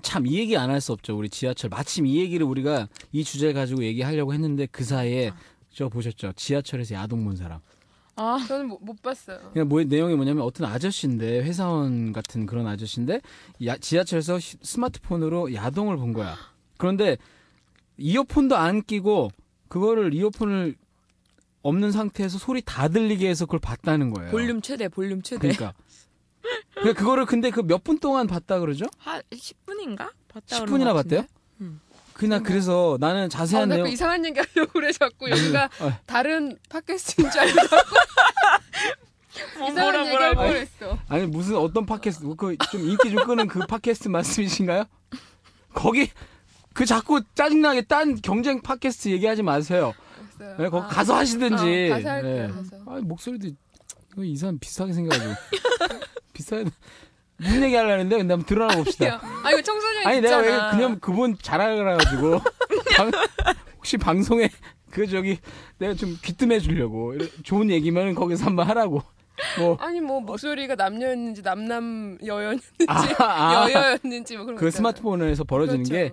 [SPEAKER 1] 참 이 얘기 안 할 수 없죠. 우리 지하철 마침 이 얘기를 우리가 이 주제 가지고 얘기하려고 했는데 그 사이에 저 보셨죠? 지하철에서 야동 본 사람.
[SPEAKER 3] 아
[SPEAKER 2] 저는 못, 못 봤어요. 아,
[SPEAKER 1] 그냥 뭐 내용이 뭐냐면 어떤 아저씨인데 회사원 같은 그런 아저씨인데 야- 지하철에서 시- 스마트폰으로 야동을 본 거야. 그런데 이어폰도 안 끼고 그거를 이어폰을 없는 상태에서 소리 다 들리게 해서 그걸 봤다는 거예요.
[SPEAKER 3] 볼륨 최대 볼륨
[SPEAKER 2] 네.
[SPEAKER 3] 최대
[SPEAKER 1] 그러니까. 근데 그거를 근데 그 몇 분 동안 봤다 그러죠?
[SPEAKER 3] 한 10분인가 봤다
[SPEAKER 1] 10분이나 봤대요?
[SPEAKER 3] 음.
[SPEAKER 1] 그냥 그래서 나는
[SPEAKER 2] 아,
[SPEAKER 1] 자세한
[SPEAKER 2] 나그
[SPEAKER 1] 내용
[SPEAKER 2] 이상한 얘기 하려고 그래 자꾸 여기가
[SPEAKER 1] 아.
[SPEAKER 2] 다른 팟캐스트인 줄 알고 이상한
[SPEAKER 3] 어, 뭐라
[SPEAKER 2] 얘기 할
[SPEAKER 3] 뭐라
[SPEAKER 2] 뻔 했어.
[SPEAKER 1] 아니 무슨 어떤 팟캐스트 그 좀 인기 좀 끄는 그 팟캐스트 말씀이신가요? 거기 그 자꾸 짜증나게 딴 경쟁 팟캐스트 얘기하지 마세요.
[SPEAKER 2] 알았어요.
[SPEAKER 1] 네, 거기
[SPEAKER 2] 아,
[SPEAKER 1] 가서 하시든지. 네.
[SPEAKER 2] 어, 가서 할게요, 가서.
[SPEAKER 1] 아니, 목소리도 이거 이 사람 비슷하게 생각하고 비슷하게 무슨 얘기 하려는데 근데 한번 들어나 봅시다.
[SPEAKER 2] 야, 아 이거 청소년
[SPEAKER 1] 아니 내가
[SPEAKER 2] 있잖아.
[SPEAKER 1] 왜 그냥 그분 잘 알아가지고 방- 혹시 방송에 그 저기 내가 좀 귀뜸해 주려고 이런 좋은 얘기면 거기서 한번 하라고 뭐
[SPEAKER 2] 아니 뭐 목소리가 남녀였는지 남남 여였는지
[SPEAKER 1] 아, 아,
[SPEAKER 2] 여여였는지 뭐 그런 그렇죠.
[SPEAKER 1] 그 스마트폰에서 벌어지는 게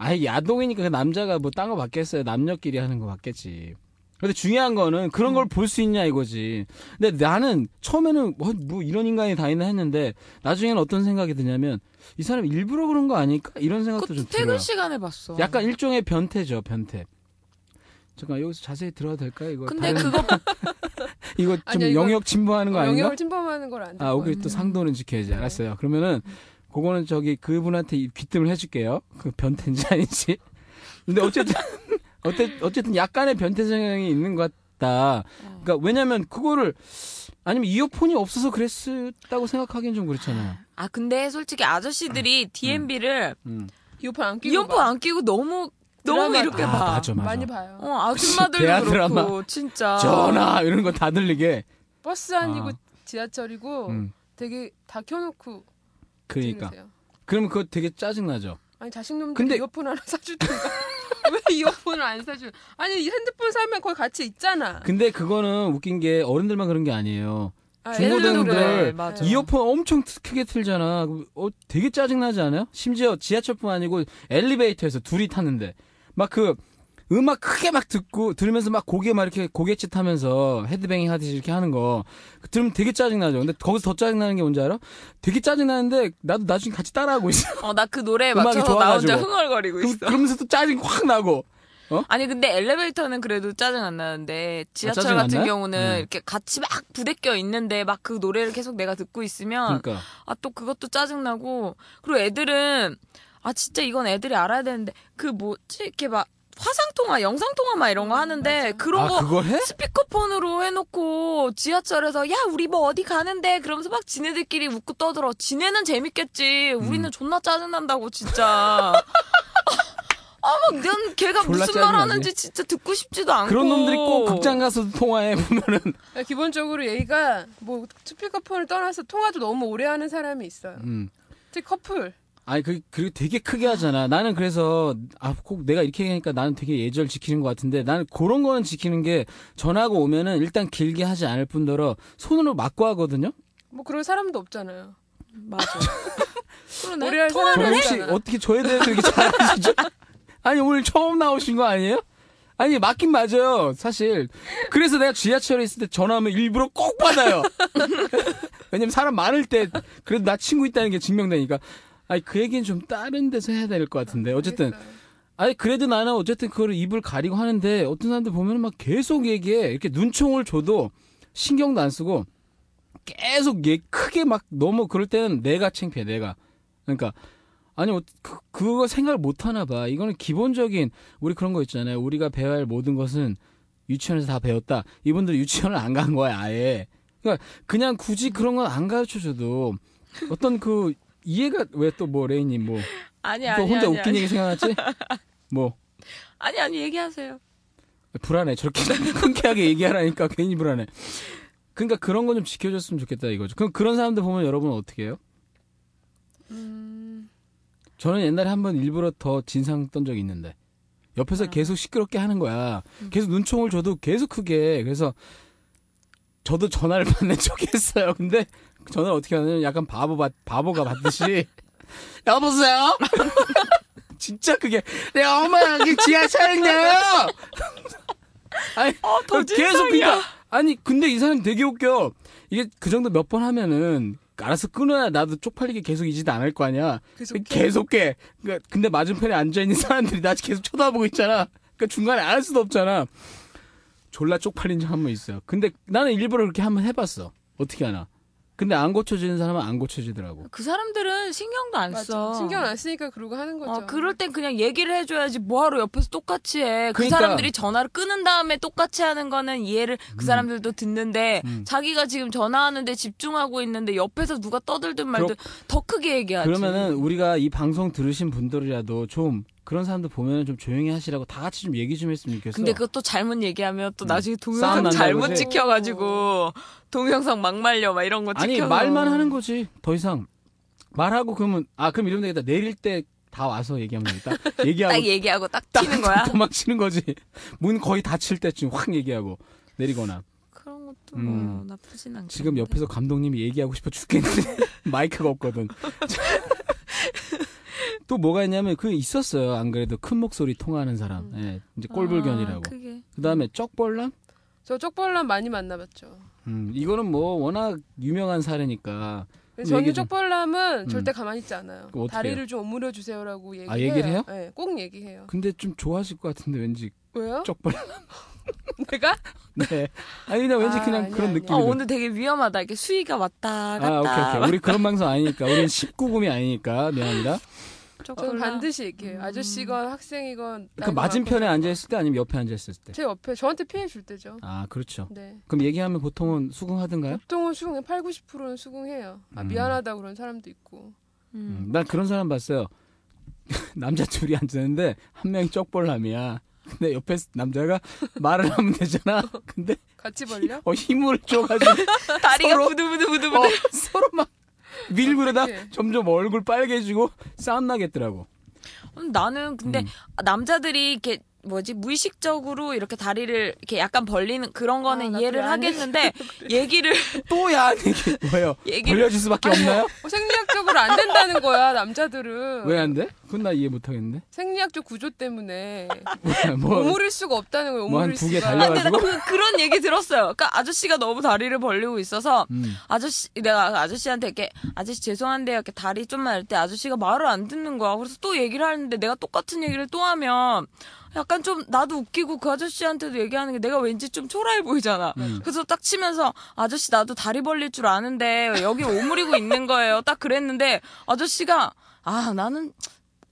[SPEAKER 1] 아예 야동이니까 그 남자가 뭐 딴 거 받겠어요. 남녀끼리 하는 거 받겠지. 근데 중요한 거는 그런
[SPEAKER 2] 음.
[SPEAKER 1] 걸 볼 수 있냐 이거지. 근데 나는 처음에는 뭐, 뭐 이런 인간이 다 있나 했는데 나중에는 어떤 생각이 드냐면 이 사람 일부러 그런 거 아닐까 이런 생각도
[SPEAKER 3] 그
[SPEAKER 1] 좀
[SPEAKER 3] 퇴근
[SPEAKER 1] 들어요.
[SPEAKER 3] 시간에 봤어.
[SPEAKER 1] 약간 일종의 변태죠 변태. 잠깐 여기서 자세히 들어도 될까 이거?
[SPEAKER 3] 근데
[SPEAKER 1] 다른-
[SPEAKER 3] 그거
[SPEAKER 1] 이거 좀
[SPEAKER 2] 아니야, 이거-
[SPEAKER 1] 영역 침범하는 거 아닌가?
[SPEAKER 2] 네. 영역을 침범하는 네. 걸 안.
[SPEAKER 1] 아 오케이 또 상도는 지켜야지 알았어요. 그러면은 그거는 저기 그분한테 이- 귀뜸을 해줄게요. 그 변태인지 아닌지. 근데 어쨌든 어때, 어쨌든 약간의 변태 성향이 있는 것
[SPEAKER 2] 어.
[SPEAKER 1] 같다. 그러니까 왜냐면 그거를 아니면 이어폰이 없어서 그랬다고 생각하기엔 좀 그렇잖아요.
[SPEAKER 3] 아 근데 솔직히 아저씨들이 DMB를
[SPEAKER 1] 음.
[SPEAKER 2] 이어폰 안 끼고
[SPEAKER 3] 이어폰
[SPEAKER 2] 봐.
[SPEAKER 3] 안 끼고 너무 너무
[SPEAKER 2] 드라마
[SPEAKER 3] 이렇게
[SPEAKER 1] 아,
[SPEAKER 3] 봐.
[SPEAKER 1] 맞아 맞아.
[SPEAKER 2] 많이 봐요.
[SPEAKER 3] 어 아줌마들도
[SPEAKER 1] 대하
[SPEAKER 3] 그렇고
[SPEAKER 1] 드라마.
[SPEAKER 3] 진짜.
[SPEAKER 1] 전화 이런 거 다 들리게.
[SPEAKER 2] 버스 아니고
[SPEAKER 1] 아.
[SPEAKER 2] 지하철이고
[SPEAKER 1] 음.
[SPEAKER 2] 되게 다 켜놓고
[SPEAKER 1] 그러니까.
[SPEAKER 2] 들으세요.
[SPEAKER 1] 그러면 그거 되게 짜증 나죠.
[SPEAKER 2] 아니 자식놈들
[SPEAKER 1] 근데-
[SPEAKER 2] 이어폰 하나 사주든가 왜 이어폰을 안 사주?
[SPEAKER 1] 그
[SPEAKER 2] 아니 이 핸드폰 사면 거의 같이 있잖아.
[SPEAKER 1] 근데 그거는 웃긴 게 어른들만 그런 게 아니에요.
[SPEAKER 2] 아,
[SPEAKER 1] 중고등들
[SPEAKER 2] 애들 노래.
[SPEAKER 3] 맞아.
[SPEAKER 1] 이어폰 엄청 트- 크게 틀잖아. 그럼 어, 되게 짜증나지 않아요? 심지어 지하철뿐 아니고 엘리베이터에서 둘이 타는데 막 그 음악 크게 막 듣고 들으면서 막 고개 막 이렇게 고개짓 하면서 헤드뱅잉 하듯이 이렇게 하는 거그 들으면 되게 짜증나죠. 근데 거기서 더 짜증나는 게 뭔지 알아? 되게 짜증나는데 나도 나중에 같이 따라하고 있어.
[SPEAKER 3] 어, 나 그 노래에
[SPEAKER 1] 음악이
[SPEAKER 3] 맞춰서 나 혼자
[SPEAKER 1] 좋아가지고.
[SPEAKER 3] 흥얼거리고
[SPEAKER 1] 그,
[SPEAKER 3] 있어.
[SPEAKER 1] 그러면서 또 짜증 확 나고.
[SPEAKER 3] 아니 근데 엘리베이터는 그래도 짜증 안 나는데 지하철
[SPEAKER 1] 짜증 안
[SPEAKER 3] 같은
[SPEAKER 1] 나요?
[SPEAKER 3] 경우는
[SPEAKER 1] 네.
[SPEAKER 3] 이렇게 같이 막 부대껴 있는데 막 그 노래를 계속 내가 듣고 있으면
[SPEAKER 1] 그러니까
[SPEAKER 3] 아 또 그것도 짜증 나고 그리고 애들은 아 진짜 이건 애들이 알아야 되는데 그 뭐지 이렇게 막 화상 통화, 영상 통화 막 이런 거 하는데 그런
[SPEAKER 1] 아
[SPEAKER 3] 거
[SPEAKER 1] 그걸 해?
[SPEAKER 3] 스피커폰으로 해놓고 지하철에서 야 우리 뭐 어디 가는데 그러면서 막 지네들끼리 웃고 떠들어 지네는 재밌겠지
[SPEAKER 1] 음.
[SPEAKER 3] 우리는 존나 짜증난다고 진짜 아막난 걔가
[SPEAKER 1] 졸라
[SPEAKER 3] 무슨 말
[SPEAKER 1] 짜증나지.
[SPEAKER 3] 하는지 진짜 듣고 싶지도 않고
[SPEAKER 1] 그런 놈들이 꼭 극장 가서 통화해 보면은
[SPEAKER 2] 그러니까 기본적으로 얘가 뭐 스피커폰을 떠나서 통화도 너무 오래 하는 사람이 있어요.
[SPEAKER 1] 음.
[SPEAKER 2] 특히 커플.
[SPEAKER 1] 아니 그 그리고 되게 크게 하잖아. 나는 그래서 아 꼭 내가 이렇게 얘기하니까 나는 되게 예절 지키는 것 같은데 나는 그런 거는 지키는 게 전화가 오면은 일단 길게 하지 않을 뿐더러 손으로 맞고 하거든요.
[SPEAKER 2] 뭐 그럴 사람도 없잖아요.
[SPEAKER 3] 맞아 그러네
[SPEAKER 2] 오래 할
[SPEAKER 3] 통화를
[SPEAKER 1] 그럼
[SPEAKER 2] 사람은
[SPEAKER 1] 혹시
[SPEAKER 2] 없잖아.
[SPEAKER 1] 어떻게 저에 대해서 이렇게 잘 아시죠? 아니 오늘 처음 나오신 거 아니에요? 아니 맞긴 맞아요 사실 그래서 내가 지하철에 있을 때 전화하면 일부러 꼭 받아요 왜냐면 사람 많을 때 그래도 나 친구 있다는 게 증명되니까 아니 그 얘기는 좀 다른 데서 해야 될 것 같은데 어쨌든
[SPEAKER 2] 알겠어요.
[SPEAKER 1] 아니 그래도 나는 어쨌든 그걸 입을 가리고 하는데 어떤 사람들 보면 막 계속 얘기해 이렇게 눈총을 줘도 신경도 안 쓰고 계속 얘 크게 막 너무 그럴 때는 내가 창피해 내가 그러니까 아니 어- 그, 그거 생각을 못 하나 봐 이거는 기본적인 우리 그런 거 있잖아요 우리가 배워야 할 모든 것은 유치원에서 다 배웠다 이분들 유치원을 안 간 거야 아예 그러니까 그냥 굳이 그런 건 안 가르쳐줘도 어떤 그 이해가 왜 또 뭐 레이님 뭐 또
[SPEAKER 3] 아니 아니
[SPEAKER 1] 혼자
[SPEAKER 3] 아니,
[SPEAKER 1] 웃긴
[SPEAKER 3] 아니
[SPEAKER 1] 얘기 생각났지 뭐
[SPEAKER 3] 아니 아니 얘기하세요
[SPEAKER 1] 불안해. 저렇게 흔쾌하게 얘기하라니까 괜히 불안해. 그러니까 그런 건 좀 지켜줬으면 좋겠다 이거죠. 그럼 그런 사람들 보면 여러분 은 어떻게 해요?
[SPEAKER 2] 음,
[SPEAKER 1] 저는 옛날에 한 번 일부러 더 진상 떤 적이 있는데 옆에서 계속 시끄럽게 하는 거야. 계속 눈총을 줘도 계속 크게. 그래서 저도 전화를 받는 적이 있어요. 근데 전화를 어떻게 하냐면 약간 바보 받, 바보가 받듯이 여보세요? 진짜 그게 내 엄마 여기 지하철인데요. 아니 그러니까
[SPEAKER 3] 어더
[SPEAKER 1] 계속
[SPEAKER 3] 진상이야
[SPEAKER 1] 그니까 아니 근데 이 사람 되게 웃겨 이게 그 정도 몇 번 하면은 알아서 끊어야 나도 쪽팔리게 계속 이짓 안 할 거 아니야
[SPEAKER 2] 계속
[SPEAKER 1] 계속 해 그러니까 근데 맞은편에 앉아있는 사람들이 나 계속 쳐다보고 있잖아 그러니까 중간에 안 할 수도 없잖아 졸라 쪽팔린 적 한 번 있어요 근데 나는 일부러 그렇게 한번 해봤어 어떻게 하나 근데 안 고쳐지는 사람은 안 고쳐지더라고
[SPEAKER 3] 그 사람들은 신경도 안
[SPEAKER 2] 맞아.
[SPEAKER 3] 써
[SPEAKER 2] 신경 안 쓰니까 그러고 하는 거죠.
[SPEAKER 3] 어, 그럴 땐 그냥 얘기를 해줘야지 뭐하러 옆에서 똑같이 해. 그
[SPEAKER 1] 그러니까.
[SPEAKER 3] 사람들이 전화를 끊은 다음에 똑같이 하는 거는 이해를 그 사람들도 듣는데
[SPEAKER 1] 음.
[SPEAKER 3] 자기가 지금 전화하는데 집중하고 있는데 옆에서 누가 떠들든 말든 더 크게 얘기하지.
[SPEAKER 1] 그러면은 우리가 이 방송 들으신 분들이라도 좀 그런 사람들 보면은 좀 조용히 하시라고 다 같이 좀 얘기 좀 했으면 좋겠어
[SPEAKER 3] 근데 그것도 잘못 얘기하면 또
[SPEAKER 1] 음.
[SPEAKER 3] 나중에
[SPEAKER 1] 싸움
[SPEAKER 3] 동영상
[SPEAKER 1] 난다고
[SPEAKER 3] 잘못
[SPEAKER 1] 그러지.
[SPEAKER 2] 어.
[SPEAKER 3] 찍혀가지고 동영상 막말려 막 이런 거 찍혀서.
[SPEAKER 1] 아니 말만 하는 거지 더 이상 말하고 그러면 아 그럼 이러면 되겠다 내릴 때 다 와서 얘기하면 되겠다
[SPEAKER 3] 딱
[SPEAKER 1] 얘기하고
[SPEAKER 3] 얘기하고 딱 튀는 거야.
[SPEAKER 1] 도망치는 거지 문 거의 닫힐 때쯤 확 얘기하고 내리거나
[SPEAKER 3] 그런 것도
[SPEAKER 1] 음.
[SPEAKER 3] 어, 나쁘진 않겠
[SPEAKER 1] 지금 옆에서 감독님이 얘기하고 싶어 죽겠는데 마이크가 없거든 또 뭐가 있냐면 그 있었어요 안 그래도 큰 목소리 통하는 사람
[SPEAKER 3] 음.
[SPEAKER 1] 예,
[SPEAKER 3] 아,
[SPEAKER 1] 이제 꼴불견이라고
[SPEAKER 3] 크게.
[SPEAKER 1] 그 다음에 쪽벌남
[SPEAKER 2] 저 쪽벌남 많이 만나봤죠.
[SPEAKER 1] 음, 이거는 뭐 워낙 유명한 사례니까
[SPEAKER 2] 근데
[SPEAKER 1] 그 얘기
[SPEAKER 2] 저는
[SPEAKER 1] 좀-
[SPEAKER 2] 쪽벌남은
[SPEAKER 1] 음.
[SPEAKER 2] 절대 가만히 있지 않아요.
[SPEAKER 1] 그럼 어떻게
[SPEAKER 2] 다리를 좀 오므려 주세요라고 얘기해요.
[SPEAKER 1] 얘기를 해요?
[SPEAKER 2] 네, 꼭 얘기해요.
[SPEAKER 1] 근데 좀 좋아하실 것 같은데 왠지
[SPEAKER 3] 어?
[SPEAKER 2] 왜요?
[SPEAKER 1] 쪽벌
[SPEAKER 2] 내가?
[SPEAKER 1] 네. 아니 근데 왠지
[SPEAKER 2] 아,
[SPEAKER 1] 그냥
[SPEAKER 2] 아니야,
[SPEAKER 1] 그런
[SPEAKER 2] 아니야.
[SPEAKER 1] 느낌이
[SPEAKER 3] 어,
[SPEAKER 1] 들어.
[SPEAKER 3] 오늘 되게 위험하다. 이게 수위가 왔다 갔다.
[SPEAKER 1] 음. 아, 오케이, 오케이. 우리 그런 방송 아니니까. 우린 19금이 아니니까. 미안합니다.
[SPEAKER 2] 저는
[SPEAKER 4] 어,
[SPEAKER 3] 조금
[SPEAKER 2] 반드시
[SPEAKER 4] 음.
[SPEAKER 2] 얘기해요. 아저씨건 학생이건.
[SPEAKER 1] 그 맞은편에 앉아있을 때 아니면 옆에 앉아있을 때.
[SPEAKER 2] 제 옆에 저한테 피해 줄 때죠.
[SPEAKER 1] 아, 그렇죠.
[SPEAKER 2] 네.
[SPEAKER 1] 그럼 얘기하면 보통은 수긍하든가요?
[SPEAKER 2] 보통은 수긍해. 8, 90%는 수긍해요. 아,
[SPEAKER 1] 네? 음.
[SPEAKER 2] 미안하다 그런 사람도 있고.
[SPEAKER 1] 음, 난 그런 사람 봤어요. 남자 둘이 앉았는데, 한 명이 쪽벌남이야. 근데 옆에 남자가 말을 하면 되잖아. 근데,
[SPEAKER 2] 같이 벌려?
[SPEAKER 1] 어, 힘을 줘가지고,
[SPEAKER 3] 다리가
[SPEAKER 1] 서로-
[SPEAKER 3] 부두부두부두부두.
[SPEAKER 1] 어, 서로 막 밀고 그러다
[SPEAKER 2] 어떡해.
[SPEAKER 1] 점점 얼굴 빨개지고, 싸움 나겠더라고.
[SPEAKER 3] 음, 나는 근데
[SPEAKER 1] 음.
[SPEAKER 3] 남자들이 이렇게 뭐지 무의식적으로 이렇게 다리를 이렇게 약간 벌리는 그런
[SPEAKER 2] 아,
[SPEAKER 3] 거는
[SPEAKER 2] 나도
[SPEAKER 3] 이해를
[SPEAKER 2] 안 해.
[SPEAKER 3] 하겠는데 얘기를
[SPEAKER 1] 또야 이게 뭐예요?
[SPEAKER 3] 얘기를
[SPEAKER 1] 벌려줄 수밖에 없나요?
[SPEAKER 2] 어, 생리학적으로 안 된다는 거야 남자들은.
[SPEAKER 1] 왜 안 돼? 그건 나 이해 못하겠는데.
[SPEAKER 2] 생리학적 구조 때문에
[SPEAKER 1] 뭐
[SPEAKER 2] 오므릴 수가 없다는 거예요.
[SPEAKER 1] 뭐한
[SPEAKER 2] 오므릴
[SPEAKER 1] 두 개
[SPEAKER 2] 수가.
[SPEAKER 3] 아, 근데
[SPEAKER 1] 달려가지고.
[SPEAKER 3] 그, 그런 얘기 들었어요. 그러니까 아저씨가 너무 다리를 벌리고 있어서
[SPEAKER 1] 음.
[SPEAKER 3] 아저씨 내가 그 아저씨한테 이렇게 아저씨 죄송한데 이렇게 다리 좀만 할 때 아저씨가 말을 안 듣는 거야. 그래서 또 얘기를 하는데 내가 똑같은 얘기를 또 하면 약간 좀 나도 웃기고 그 아저씨한테도 얘기하는 게 내가 왠지 좀 초라해 보이잖아. 그래서 딱 치면서 아저씨 나도 다리 벌릴 줄 아는데 왜 여기 오므리고 있는 거예요. 딱 그랬는데 아저씨가 아 나는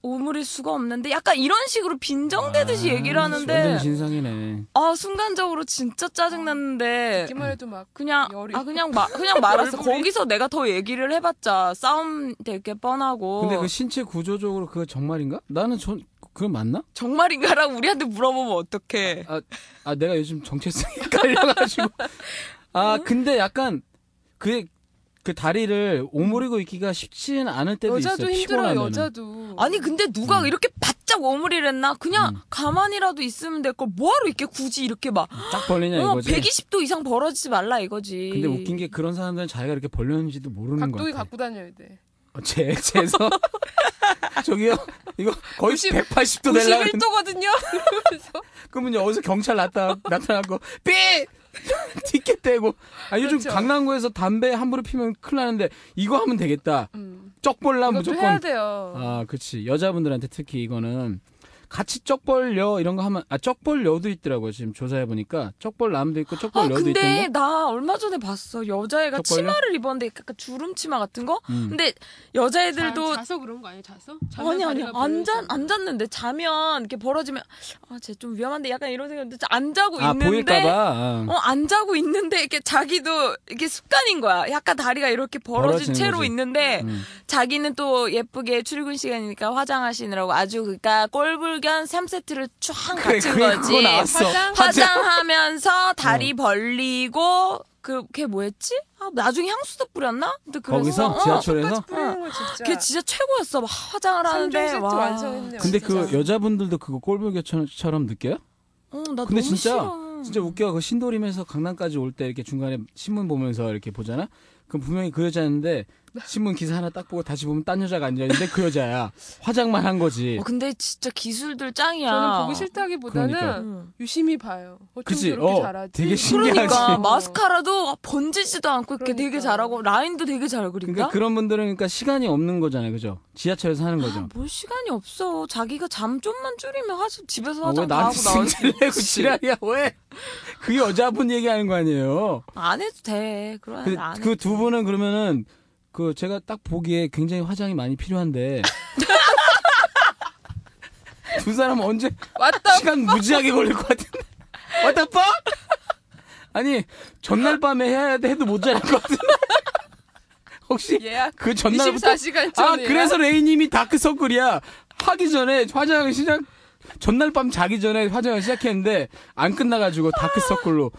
[SPEAKER 3] 오므릴 수가 없는데 약간 이런 식으로 아, 빈정대듯이 얘기를 하는데
[SPEAKER 1] 아, 완전 진상이네.
[SPEAKER 3] 아 순간적으로 진짜 짜증 났는데
[SPEAKER 2] 듣기만 해도 막
[SPEAKER 3] 그냥
[SPEAKER 2] 열이.
[SPEAKER 3] 아 그냥 마, 그냥 말았어
[SPEAKER 2] 얼굴이.
[SPEAKER 3] 거기서 내가 더 얘기를 해봤자 싸움 되게 뻔하고
[SPEAKER 1] 근데 그 신체 구조적으로 그거 정말인가? 나는 전 그건 맞나?
[SPEAKER 3] 정말인가라고 우리한테 물어보면 어떡해
[SPEAKER 1] 아 내가 요즘 정체성이 깔려가지고. 아 근데 약간 그. 그 다리를 오므리고 있기가 쉽지는 않을 때도
[SPEAKER 2] 여자도
[SPEAKER 1] 있어요.
[SPEAKER 2] 힘들어
[SPEAKER 1] 피곤하면은.
[SPEAKER 2] 요 여자도.
[SPEAKER 3] 아니 근데 누가
[SPEAKER 1] 음.
[SPEAKER 3] 이렇게 바짝 오므리를 했나 그냥 가만히라도 있으면 될 걸 뭐하러 이렇게 굳이 이렇게 막
[SPEAKER 1] 쫙 벌리냐
[SPEAKER 3] 어,
[SPEAKER 1] 이거지.
[SPEAKER 3] 120도 이상 벌어지지 말라 이거지
[SPEAKER 1] 근데 웃긴 게 그런 사람들은 자기가 이렇게 벌렸는지도 모르는
[SPEAKER 2] 각도기
[SPEAKER 1] 거야.
[SPEAKER 2] 갖고 다녀야 돼.
[SPEAKER 1] 아, 제 제서 저기요 이거 거의 180도 되려고 했는데
[SPEAKER 2] 91도거든요. 그러면서
[SPEAKER 1] 그러면 이제 어디서 경찰 나타 나타나고 삐 티켓 떼고 아 요즘
[SPEAKER 2] 그렇죠.
[SPEAKER 1] 강남구에서 담배 함부로 피면 큰일 나는데 이거 하면 되겠다
[SPEAKER 2] 음,
[SPEAKER 1] 쩍벌라
[SPEAKER 2] 이것도 해야
[SPEAKER 1] 무조건
[SPEAKER 2] 돼요.
[SPEAKER 1] 아 그치 여자분들한테 특히 이거는 같이 쩍벌려 이런 거 하면 아 쩍벌려도 있더라고요 지금 조사해 보니까 쩍벌남도 있고
[SPEAKER 3] 아
[SPEAKER 2] 어,
[SPEAKER 1] 쩍벌려도
[SPEAKER 3] 근데
[SPEAKER 1] 있던데
[SPEAKER 3] 나 얼마 전에 봤어 여자애가
[SPEAKER 1] 족발요?
[SPEAKER 3] 치마를 입었는데 약간 주름 치마 같은 거
[SPEAKER 1] 음.
[SPEAKER 3] 근데
[SPEAKER 4] 자,
[SPEAKER 3] 여자애들도
[SPEAKER 4] 자서 그런 거 아니에요? 자서? 자면
[SPEAKER 3] 아니 아니
[SPEAKER 4] 다리가
[SPEAKER 3] 안잤
[SPEAKER 4] 벌려지잖아.
[SPEAKER 3] 안 잤는데 자면 이렇게 벌어지면 아쟤 좀 위험한데 약간 이런 생각인데 안 자고
[SPEAKER 1] 아
[SPEAKER 3] 있는데
[SPEAKER 1] 보일까봐 아.
[SPEAKER 3] 어 안 자고 있는데 이렇게 자기도 이게 습관인 거야 약간 다리가 이렇게 벌어진
[SPEAKER 1] 벌어지는
[SPEAKER 3] 채로
[SPEAKER 1] 거지.
[SPEAKER 3] 있는데
[SPEAKER 1] 음.
[SPEAKER 3] 자기는 또 예쁘게 출근 시간이니까 화장하시느라고 아주 그니까 꼴불견 3세트를 쫙
[SPEAKER 1] 그래
[SPEAKER 3] 갖춘
[SPEAKER 1] 그거
[SPEAKER 3] 거지
[SPEAKER 1] 그거 나왔어 어.
[SPEAKER 2] 화장?
[SPEAKER 3] 화장하면서 다리 벌리고 그걔 뭐였지? 아, 나중에 향수도 뿌렸나? 근데 그래서
[SPEAKER 1] 거기서
[SPEAKER 3] 어,
[SPEAKER 1] 지하철에서 아,
[SPEAKER 2] 뿌리는 거 진짜.
[SPEAKER 3] 걔 진짜 최고였어. 막 화장을
[SPEAKER 2] 삼종
[SPEAKER 3] 하는데
[SPEAKER 2] 세트
[SPEAKER 3] 와.
[SPEAKER 2] 완성했네요.
[SPEAKER 1] 근데
[SPEAKER 2] 진짜.
[SPEAKER 1] 그 여자분들도 그거 꼴불견처럼 느껴요?
[SPEAKER 3] 어, 나
[SPEAKER 1] 근데
[SPEAKER 3] 너무
[SPEAKER 1] 진짜,
[SPEAKER 3] 싫어.
[SPEAKER 1] 진짜 웃겨. 그 신도림에서 강남까지 올 때 이렇게 중간에 신문 보면서 이렇게 보잖아? 그럼 분명히 그 여자였는데
[SPEAKER 3] 네.
[SPEAKER 1] 신문 기사 하나 딱 보고 다시 보면 딴 여자가 앉아있는데 그 여자야. 화장만 한 거지.
[SPEAKER 3] 어, 근데 진짜 기술들 짱이야.
[SPEAKER 2] 저는 보기 싫다기보다는
[SPEAKER 1] 그러니까.
[SPEAKER 3] 응.
[SPEAKER 2] 유심히 봐요. 어쩜
[SPEAKER 1] 그치?
[SPEAKER 2] 저렇게
[SPEAKER 1] 어,
[SPEAKER 2] 잘하지?
[SPEAKER 1] 되게 신기하지. 어.
[SPEAKER 3] 그러니까
[SPEAKER 1] 신기하지.
[SPEAKER 3] 마스카라도 번지지도 않고 이렇게 되게
[SPEAKER 2] 그러니까.
[SPEAKER 3] 잘하고 라인도 되게 잘
[SPEAKER 1] 그러니까
[SPEAKER 3] 그린다.
[SPEAKER 1] 그런 분들은 그러니까 시간이 없는 거잖아요. 그죠? 지하철에서 하는 거죠.
[SPEAKER 3] 아, 뭘 시간이 없어. 자기가 잠 좀만 줄이면 화 집에서
[SPEAKER 1] 아, 왜
[SPEAKER 3] 화장 다 하고
[SPEAKER 1] 나한테
[SPEAKER 3] 나오지.
[SPEAKER 1] 승질내고 지랄이야, 왜? 그 여자분 얘기하는 거 아니에요?
[SPEAKER 3] 안 해도 돼. 그러야
[SPEAKER 1] 그,
[SPEAKER 3] 안 해.
[SPEAKER 1] 그 두 분은 그러면은 그 제가 딱 보기에 굉장히 화장이 많이 필요한데 두 사람 언제
[SPEAKER 2] 왔다.
[SPEAKER 1] 시간 무지하게 걸릴 것 같은데 왔다 빠 아니 전날 밤에 해야 돼 해도 못 자랄 것 같은데 혹시
[SPEAKER 3] 아,
[SPEAKER 2] 예약.
[SPEAKER 1] 그 전날부터
[SPEAKER 2] 24시간 전에.
[SPEAKER 1] 아 그래서 레이님이 다크서클이야 하기 전에 화장을 시작 전날 밤 자기 전에 화장을 시작했는데 안 끝나가지고 다크서클로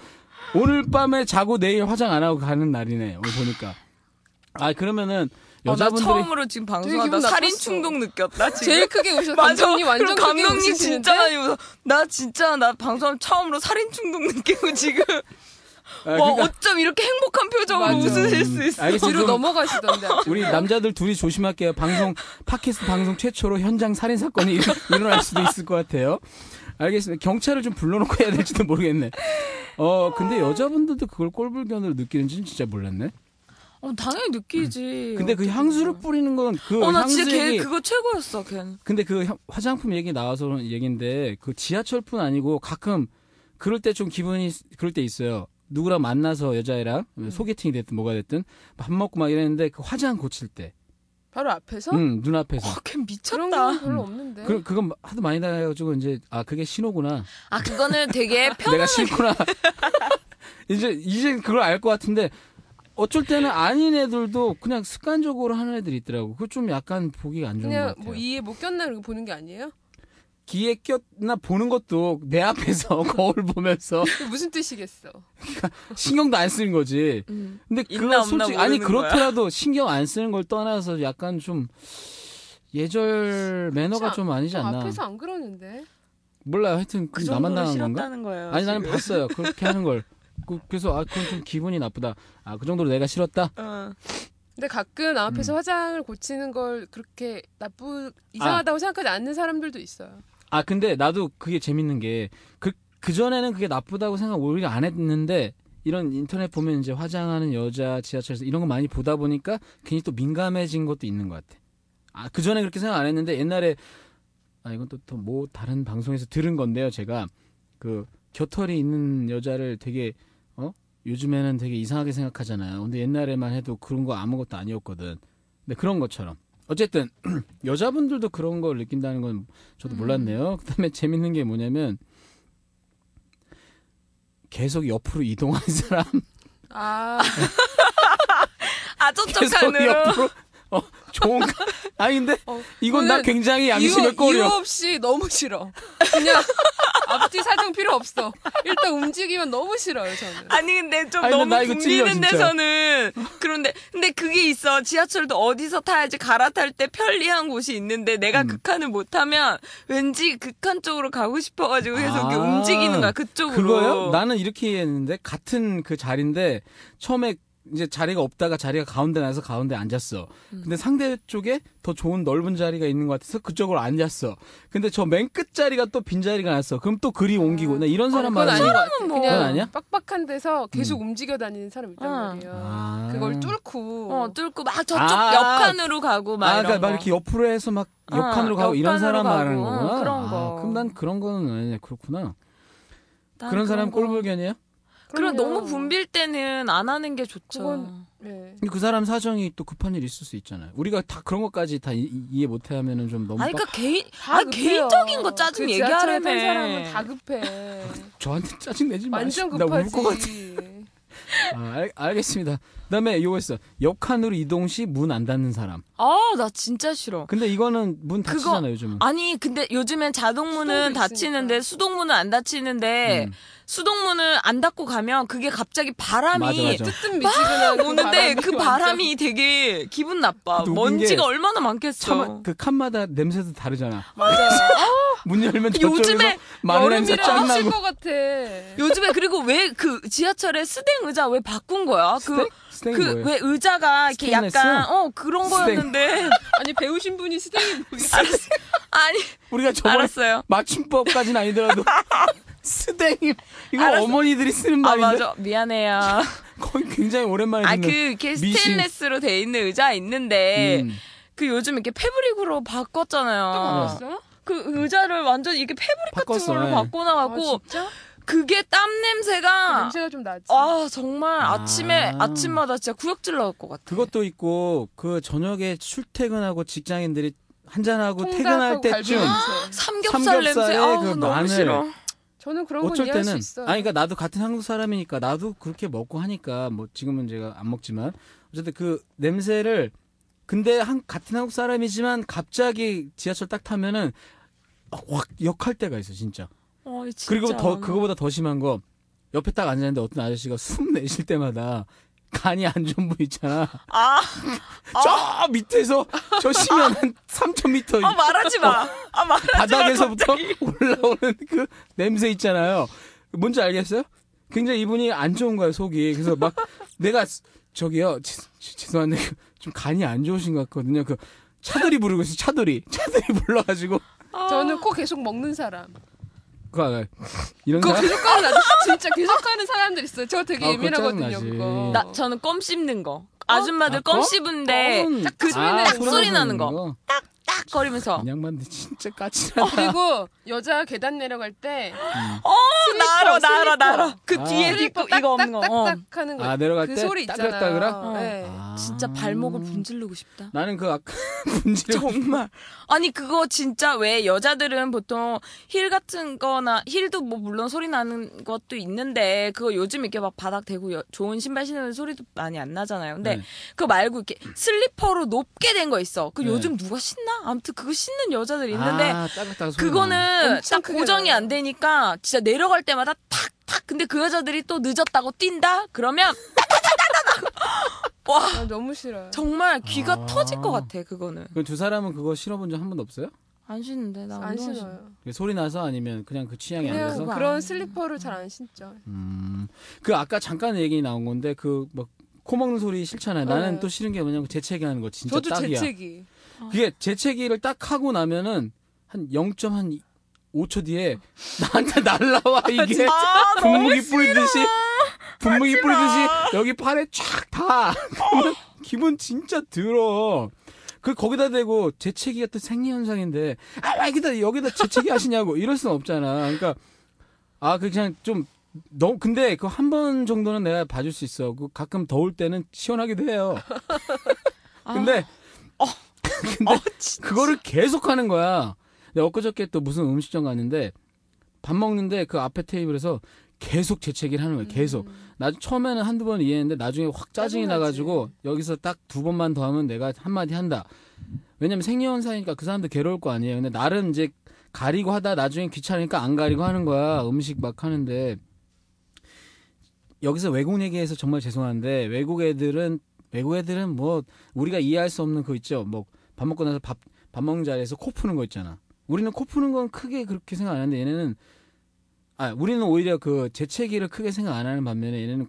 [SPEAKER 1] 오늘 밤에 자고 내일 화장 안 하고 가는 날이네 오늘 보니까 아 그러면은
[SPEAKER 3] 어, 나
[SPEAKER 1] 여자분들이
[SPEAKER 3] 처음으로 지금 방송하다
[SPEAKER 2] 기분
[SPEAKER 3] 살인
[SPEAKER 2] 나빴어.
[SPEAKER 3] 충동 느꼈다. 지금.
[SPEAKER 2] 제일 크게 오셔서
[SPEAKER 3] 맞아.
[SPEAKER 2] 감독님 완전
[SPEAKER 3] 그리고 감독님
[SPEAKER 2] 크게
[SPEAKER 3] 진짜
[SPEAKER 2] 웃으시는데
[SPEAKER 3] 많이 웃어. 나 진짜 나 방송 처음으로 살인 충동 느끼고 지금
[SPEAKER 1] 아,
[SPEAKER 3] 와
[SPEAKER 1] 그러니까 음,
[SPEAKER 3] 어쩜 이렇게 행복한 표정으로
[SPEAKER 2] 맞아.
[SPEAKER 3] 웃으실 수 있어.
[SPEAKER 1] 알겠어요.
[SPEAKER 2] 뒤로
[SPEAKER 1] 그럼
[SPEAKER 2] 넘어가시던데.
[SPEAKER 1] 우리 남자들 둘이 조심할게요. 방송 팟캐스트 방송 최초로 현장 살인 사건이 일- 일어날 수도 있을 것 같아요. 알겠습니다. 경찰을 좀 불러놓고 해야 될지도 모르겠네. 어 근데 여자분들도 그걸 꼴불견으로 느끼는지는 진짜 몰랐네.
[SPEAKER 3] 어, 당연히 느끼지.
[SPEAKER 1] 근데 그 향수를 뿌리는 건 그
[SPEAKER 3] 어, 나 진짜
[SPEAKER 1] 향수
[SPEAKER 3] 걔
[SPEAKER 1] 얘기.
[SPEAKER 3] 그거 최고였어, 걔는.
[SPEAKER 1] 근데 그 향- 화장품 얘기 나와서 얘긴데 그 지하철뿐 아니고 가끔 그럴 때 좀 기분이 그럴 때 있어요. 누구랑 만나서 여자애랑
[SPEAKER 3] 음.
[SPEAKER 1] 소개팅이 됐든 뭐가 됐든 밥 먹고 막 이랬는데 그 화장 고칠 때,
[SPEAKER 2] 바로 앞에서?
[SPEAKER 1] 응 눈앞에서
[SPEAKER 3] 와, 걔
[SPEAKER 2] 그런 경우
[SPEAKER 3] 미쳤다.
[SPEAKER 2] 별로 없는데.
[SPEAKER 1] 음. 그, 그건 하도 많이 나가지고 이제 아 그게 신호구나.
[SPEAKER 3] 아, 그거는 되게
[SPEAKER 1] 내가 싫구나. 이제 이제 그걸 알 것 같은데 어쩔 때는 아닌 애들도 그냥 습관적으로 하는 애들이 있더라고. 그거 좀 약간 보기 안 좋은 것
[SPEAKER 2] 그냥
[SPEAKER 1] 같아요.
[SPEAKER 2] 뭐 이해 못 꼈나 이렇게 보는 게 아니에요?
[SPEAKER 1] 귀에 꼈나 보는 것도 내 앞에서 거울 보면서
[SPEAKER 2] 그게 무슨 뜻이겠어?
[SPEAKER 1] 신경도 안 쓰는 거지.
[SPEAKER 3] 음.
[SPEAKER 1] 근데
[SPEAKER 3] 있나
[SPEAKER 1] 그건
[SPEAKER 3] 없나
[SPEAKER 1] 솔직히 아니
[SPEAKER 3] 모르는 거야.
[SPEAKER 1] 그렇더라도 신경 안 쓰는 걸 떠나서 약간 좀 예절 매너가
[SPEAKER 2] 그렇지
[SPEAKER 1] 좀 아니지
[SPEAKER 2] 저 어,
[SPEAKER 1] 않나.
[SPEAKER 2] 앞에서 안 그러는데.
[SPEAKER 1] 몰라요. 하여튼
[SPEAKER 3] 그
[SPEAKER 1] 그럼 나만
[SPEAKER 3] 정도로
[SPEAKER 1] 당한 건가?
[SPEAKER 3] 싫었다는 거예요.
[SPEAKER 1] 아니 나는
[SPEAKER 3] 지금.
[SPEAKER 1] 봤어요. 그렇게 하는 걸. 그, 래서아 그건 좀 기분이 나쁘다. 아 그 정도로 내가 싫었다.
[SPEAKER 3] 어.
[SPEAKER 2] 근데 가끔 나 앞에서
[SPEAKER 1] 음.
[SPEAKER 2] 화장을 고치는 걸 그렇게 나쁘 이상하다고 생각하지 않는 사람들도 있어요.
[SPEAKER 1] 아 근데 나도 그게 재밌는 게그그 전에는 그게 나쁘다고 생각 오히려 안 했는데 이런 인터넷 보면 이제 화장하는 여자 지하철에서 이런 거 많이 보다 보니까 괜히 또 민감해진 것도 있는 것 같아. 아 그 전에 그렇게 생각 안 했는데 옛날에 아 이건 또 뭐 다른 방송에서 들은 건데요. 제가 그 겨털이 있는 여자를 되게 어 요즘에는 되게 이상하게 생각하잖아요. 근데 옛날에만 해도 그런 거 아무것도 아니었거든. 근데 그런 것처럼 어쨌든 여자분들도 그런 걸 느낀다는 건 저도 몰랐네요. 그다음에 재밌는 게 뭐냐면 계속 옆으로 이동하는 사람
[SPEAKER 2] 아,
[SPEAKER 3] 아
[SPEAKER 1] 계속
[SPEAKER 3] 쩝쩝한으로
[SPEAKER 1] 옆으로 어 좋은가? 아니 근데
[SPEAKER 2] 어,
[SPEAKER 1] 이건 나
[SPEAKER 2] 저는
[SPEAKER 1] 굉장히
[SPEAKER 2] 이유,
[SPEAKER 1] 양심의
[SPEAKER 2] 이유
[SPEAKER 1] 꼴이요.
[SPEAKER 2] 없이 너무 싫어. 그냥 앞뒤 사정 필요 없어. 일단 움직이면 너무 싫어요 저는.
[SPEAKER 3] 아니 근데 좀
[SPEAKER 1] 아니, 근데
[SPEAKER 3] 너무
[SPEAKER 1] 나 이거 찔려,
[SPEAKER 3] 붐비는
[SPEAKER 1] 진짜.
[SPEAKER 3] 데서는 그런데 근데 그게 있어 지하철도 어디서 타야지 갈아탈 때 편리한 곳이 있는데 내가
[SPEAKER 1] 음.
[SPEAKER 3] 극한을 못하면 왠지 극한 쪽으로 가고 싶어가지고 계속 이렇게
[SPEAKER 1] 아,
[SPEAKER 3] 움직이는 거야 그쪽으로
[SPEAKER 1] 그거요? 나는 이렇게 했는데 같은 그 자리인데 처음에 이제 자리가 없다가 자리가 가운데 나서 가운데 앉았어.
[SPEAKER 2] 음.
[SPEAKER 1] 근데 상대 쪽에 더 좋은 넓은 자리가 있는 것 같아서 그쪽으로 앉았어. 근데 저 맨 끝 자리가 또 빈 자리가 났어. 그럼 또 그리 옮기고 나 이런 사람
[SPEAKER 2] 그건
[SPEAKER 1] 많은
[SPEAKER 2] 아닌 것 같아.
[SPEAKER 3] 뭐.
[SPEAKER 2] 그냥
[SPEAKER 1] 그건 아니야?
[SPEAKER 2] 빡빡한 데서 계속 움직여 다니는 사람 있단
[SPEAKER 3] 어.
[SPEAKER 2] 말이에요.
[SPEAKER 1] 아.
[SPEAKER 2] 그걸 뚫고.
[SPEAKER 3] 어 뚫고 막 저쪽
[SPEAKER 1] 아.
[SPEAKER 3] 옆칸으로 가고 막
[SPEAKER 1] 아,
[SPEAKER 3] 이런
[SPEAKER 1] 그러니까 막
[SPEAKER 3] 거.
[SPEAKER 1] 이렇게 옆으로 해서 막
[SPEAKER 3] 어,
[SPEAKER 1] 옆칸으로 가고 이런 사람
[SPEAKER 3] 옆칸으로
[SPEAKER 1] 말하는
[SPEAKER 3] 가고,
[SPEAKER 1] 거구나.
[SPEAKER 3] 응, 그런
[SPEAKER 1] 아,
[SPEAKER 3] 거.
[SPEAKER 1] 그럼 난 그런 거는 아니네. 그렇구나.
[SPEAKER 3] 난
[SPEAKER 1] 그런 사람
[SPEAKER 3] 거.
[SPEAKER 1] 꼴불견이에요?
[SPEAKER 3] 그럼
[SPEAKER 2] 그럼요.
[SPEAKER 3] 너무 붐빌 때는 안 하는 게 좋죠.
[SPEAKER 2] 그건- 네.
[SPEAKER 1] 근데 그 사람 사정이 또 급한 일 있을 수 있잖아요. 우리가 다 그런 것까지 다 이, 이해 못 하면은 좀 너무
[SPEAKER 3] 아니
[SPEAKER 1] 빡-
[SPEAKER 3] 그러니까 개인
[SPEAKER 2] 다
[SPEAKER 3] 아
[SPEAKER 2] 급해요.
[SPEAKER 3] 개인적인 거 짜증
[SPEAKER 2] 그 지하철에
[SPEAKER 3] 얘기하라며.
[SPEAKER 2] 탄 사람은 다 급해.
[SPEAKER 1] 저한테 짜증내지 마.
[SPEAKER 2] 완전
[SPEAKER 1] 나울것 같아.
[SPEAKER 2] 급하지.
[SPEAKER 1] 아, 알, 알겠습니다. 그다음에 요거 있어. 옆칸으로 이동 시 문 안 닫는 사람.
[SPEAKER 3] 아, 나 진짜 싫어.
[SPEAKER 1] 근데 이거는 문
[SPEAKER 3] 그거-
[SPEAKER 1] 닫히잖아요, 요즘은.
[SPEAKER 3] 아니, 근데 요즘엔 자동문은
[SPEAKER 2] 수동도 있으니까.
[SPEAKER 3] 닫히는데 수동문은 안 닫히는데
[SPEAKER 1] 음.
[SPEAKER 3] 수동문을 안 닫고 가면 그게 갑자기 바람이
[SPEAKER 1] 맞아, 맞아.
[SPEAKER 2] 뜨뜻 미지근한 그
[SPEAKER 3] 오는데
[SPEAKER 2] 바람이
[SPEAKER 3] 그 바람이,
[SPEAKER 2] 완전
[SPEAKER 3] 되게 기분 나빠.
[SPEAKER 1] 근데 웃긴
[SPEAKER 3] 먼지가
[SPEAKER 1] 그 게
[SPEAKER 3] 얼마나 많겠어.
[SPEAKER 1] 차마, 그 칸마다 냄새도 다르잖아.
[SPEAKER 2] 맞아요.
[SPEAKER 1] 문 열면
[SPEAKER 3] 어. 요즘에
[SPEAKER 1] 저쪽에서 마늘 냄새
[SPEAKER 2] 여름이라
[SPEAKER 1] 쫙
[SPEAKER 2] 하실
[SPEAKER 1] 나고.
[SPEAKER 2] 것 같아.
[SPEAKER 3] 요즘에 그리고 왜 그 지하철에 스댕 의자 왜 바꾼 거야? 그
[SPEAKER 1] 스탱
[SPEAKER 3] 그
[SPEAKER 1] 뭐예요?
[SPEAKER 3] 왜 의자가 이렇게
[SPEAKER 1] 스테인레스?
[SPEAKER 3] 약간 어 그런
[SPEAKER 1] 스테인.
[SPEAKER 3] 거였는데
[SPEAKER 2] 아니 배우신 분이 스테이
[SPEAKER 3] 아니
[SPEAKER 1] 우리가 저번에
[SPEAKER 3] 알았어요. 아,
[SPEAKER 1] 맞춤법까지는 아니더라도 스댕이 이거
[SPEAKER 3] 알았어.
[SPEAKER 1] 어머니들이 쓰는
[SPEAKER 3] 아
[SPEAKER 1] 말인데
[SPEAKER 3] 맞아 미안해요.
[SPEAKER 1] 거의 굉장히 오랜만에 듣는
[SPEAKER 3] 아그 이렇게
[SPEAKER 1] 미신.
[SPEAKER 3] 스테인레스로 돼 있는 의자
[SPEAKER 2] 예.
[SPEAKER 3] 있는데
[SPEAKER 1] 음.
[SPEAKER 3] 그 요즘 이렇게 패브릭으로 바꿨잖아요.
[SPEAKER 2] 바꿨어?
[SPEAKER 3] 그 의자를 완전 이렇게 패브릭
[SPEAKER 1] 바꿨어,
[SPEAKER 3] 같은 걸로
[SPEAKER 1] 예.
[SPEAKER 3] 바꿔나가고
[SPEAKER 2] 아, 진짜?
[SPEAKER 3] 그게 땀 냄새가
[SPEAKER 2] 냄새가 좀 나지.
[SPEAKER 3] 아 정말
[SPEAKER 1] 그 아.
[SPEAKER 3] 아침에 아침마다 진짜 구역질 나올 것 같아.
[SPEAKER 1] 그것도 있고 그 저녁에 출퇴근하고 직장인들이 한잔하고
[SPEAKER 2] 통닭하고
[SPEAKER 1] 뭐 퇴근할
[SPEAKER 2] 아, 갈비
[SPEAKER 1] 때쯤
[SPEAKER 2] 냄새.
[SPEAKER 3] 삼겹살
[SPEAKER 1] 삼겹살에
[SPEAKER 3] 냄새 아우
[SPEAKER 1] 그
[SPEAKER 3] 너무
[SPEAKER 1] 마늘.
[SPEAKER 3] 싫어.
[SPEAKER 2] 저는 그런 건
[SPEAKER 1] 어쩔
[SPEAKER 2] 이해할 수
[SPEAKER 1] 때는
[SPEAKER 2] 있어요.
[SPEAKER 1] 아니 그러니까 나도 같은 한국 사람이니까 나도 그렇게 먹고 하니까 뭐 지금은 제가 안 먹지만 어쨌든 그 냄새를 근데 한 같은 한국 사람이지만 갑자기 지하철 딱 타면은 확 역할 때가 있어 진짜
[SPEAKER 3] 어, 진짜
[SPEAKER 1] 그리고 더
[SPEAKER 3] 많아.
[SPEAKER 1] 그거보다 더 심한 거 옆에 딱 앉았는데 어떤 아저씨가 숨 내쉴 때마다 간이 안 좋은 분 있잖아.
[SPEAKER 3] 아,
[SPEAKER 1] 저 밑에서 저 심한 한 3,000m
[SPEAKER 3] 아 말하지 마. 아 말하지 마.
[SPEAKER 1] 바닥에서부터 올라오는 그 냄새 있잖아요. 뭔지 알겠어요? 굉장히 이분이 안 좋은 거야 속이. 그래서 막 내가 스- 저기요 죄- 죄- 죄송한데 그 좀 간이 안 좋으신 것 같거든요. 그 차들이 부르고 있어 차들이 차들이 불러가지고
[SPEAKER 3] 아.
[SPEAKER 2] 저는 코 계속 먹는 사람.
[SPEAKER 1] 그 알아요? 이런
[SPEAKER 2] 그거
[SPEAKER 1] 사람
[SPEAKER 2] 계속 가는 아저 진짜 계속 가는 사람들 있어요. 저 되게
[SPEAKER 1] 아, 그거
[SPEAKER 2] 예민하거든요
[SPEAKER 1] 짜증나지.
[SPEAKER 2] 그거.
[SPEAKER 3] 나 저는 껌 씹는 거. 아줌마들
[SPEAKER 1] 아,
[SPEAKER 3] 껌
[SPEAKER 1] 껌?
[SPEAKER 3] 씹은데
[SPEAKER 1] 껌은-
[SPEAKER 3] 그
[SPEAKER 1] 아,
[SPEAKER 3] 소리 나는 거. 딱 거리면서
[SPEAKER 1] 이 양반들 진짜 까칠하다.
[SPEAKER 2] 어, 그리고 여자 계단 내려갈 때
[SPEAKER 1] 음.
[SPEAKER 3] 어, 나로
[SPEAKER 2] 슬리퍼,
[SPEAKER 3] 나로 나로
[SPEAKER 2] 슬리퍼.
[SPEAKER 3] 그
[SPEAKER 1] 아.
[SPEAKER 3] 뒤에
[SPEAKER 2] 슬리퍼
[SPEAKER 3] 입고 이거 없는 거. 어.
[SPEAKER 2] 딱딱딱딱 하는 거.
[SPEAKER 1] 아, 내려갈
[SPEAKER 2] 그
[SPEAKER 1] 때
[SPEAKER 2] 소리 있잖아요.
[SPEAKER 1] 따그락따그락?
[SPEAKER 3] 어.
[SPEAKER 2] 네.
[SPEAKER 1] 아.
[SPEAKER 3] 진짜 발목을 분질르고 싶다.
[SPEAKER 1] 나는 그 아까 분지를
[SPEAKER 3] 정말. 아니, 그거 진짜 왜 여자들은 보통 힐 같은 거나, 힐도 뭐 물론 소리 나는 것도 있는데, 그거 요즘 이렇게 막 바닥 대고 여- 좋은 신발 신으면 소리도 많이 안 나잖아요. 근데
[SPEAKER 1] 네.
[SPEAKER 3] 그거 말고 이렇게 슬리퍼로 높게 된 거 있어. 그
[SPEAKER 1] 네.
[SPEAKER 3] 요즘 누가 신나? 아무튼 그거 신는 여자들 있는데,
[SPEAKER 1] 아, 따그락따그락 소리 나요.
[SPEAKER 3] 그거는
[SPEAKER 2] 엄청
[SPEAKER 3] 딱
[SPEAKER 2] 크게
[SPEAKER 3] 고정이
[SPEAKER 2] 나요.
[SPEAKER 3] 안 되니까 진짜 내려갈 때마다 탁 탁. 근데 그 여자들이 또 늦었다고 뛴다? 그러면 와
[SPEAKER 2] 아, 너무 싫어요.
[SPEAKER 3] 정말 귀가
[SPEAKER 1] 아.
[SPEAKER 3] 터질 것 같아 그거는.
[SPEAKER 1] 그두 사람은 그거 실어본 적 한 번도 없어요?
[SPEAKER 3] 안 신는데 나
[SPEAKER 2] 안
[SPEAKER 3] 운동화 신어.
[SPEAKER 2] 신어요.
[SPEAKER 1] 소리 나서 아니면 그냥 그 취향이 아, 안
[SPEAKER 2] 그냥
[SPEAKER 1] 돼서
[SPEAKER 3] 그거 안
[SPEAKER 2] 그런
[SPEAKER 3] 해요.
[SPEAKER 2] 슬리퍼를 잘 안 신죠.
[SPEAKER 1] 음, 그 아까 잠깐 얘기 나온 건데 그 막 코먹는 소리 싫잖아요.
[SPEAKER 3] 어,
[SPEAKER 1] 나는
[SPEAKER 2] 네.
[SPEAKER 1] 또 싫은 게 뭐냐면 재채기 하는 거 진짜
[SPEAKER 4] 저도
[SPEAKER 1] 딱이야.
[SPEAKER 4] 재채기.
[SPEAKER 1] 그게 재채기를 딱 하고 나면은 한 0.5초 뒤에 나한테 날라와 이게
[SPEAKER 3] 아, 너무
[SPEAKER 1] 분무기 뿌리듯이
[SPEAKER 3] 아,
[SPEAKER 1] 분무기 뿌리듯이 여기 팔에 쫙 다. 그러면 기분 진짜 들어. 그 거기다 대고 재채기가 또 생리 현상인데 아 여기다 여기다 재채기 하시냐고 이럴 순 없잖아. 그러니까 아 그 그냥 좀 너무 근데 그 한 번 정도는 내가 봐줄 수 있어. 그 가끔 더울 때는 시원하기도 해요. 근데 어. 근데 그거를 계속 하는 거야. 내가 엊그저께 또 무슨 음식점 갔는데 밥 먹는데 그 앞에 테이블에서 계속 재채기를 하는 거야. 계속. 나 처음에는 한두 번 이해했는데 나중에 확 짜증이
[SPEAKER 2] 짜증나지.
[SPEAKER 1] 나가지고 여기서 딱 두 번만 더 하면 내가 한마디 한다. 왜냐면 생리현상이니까 그 사람도 괴로울 거 아니에요. 근데 나름 이제 가리고 하다 나중에 귀찮으니까 안 가리고 하는 거야. 음식 막 하는데. 여기서 외국 얘기해서 정말 죄송한데 외국 애들은 외국 애들은 뭐 우리가 이해할 수 없는 거 있죠. 뭐 밥 먹고 나서 밥, 밥 먹는 자리에서 코 푸는 거 있잖아. 우리는 코 푸는 건 크게 그렇게 생각 안 하는데 얘네는 아 우리는 오히려 그 재채기를 크게 생각 안 하는 반면에 얘네는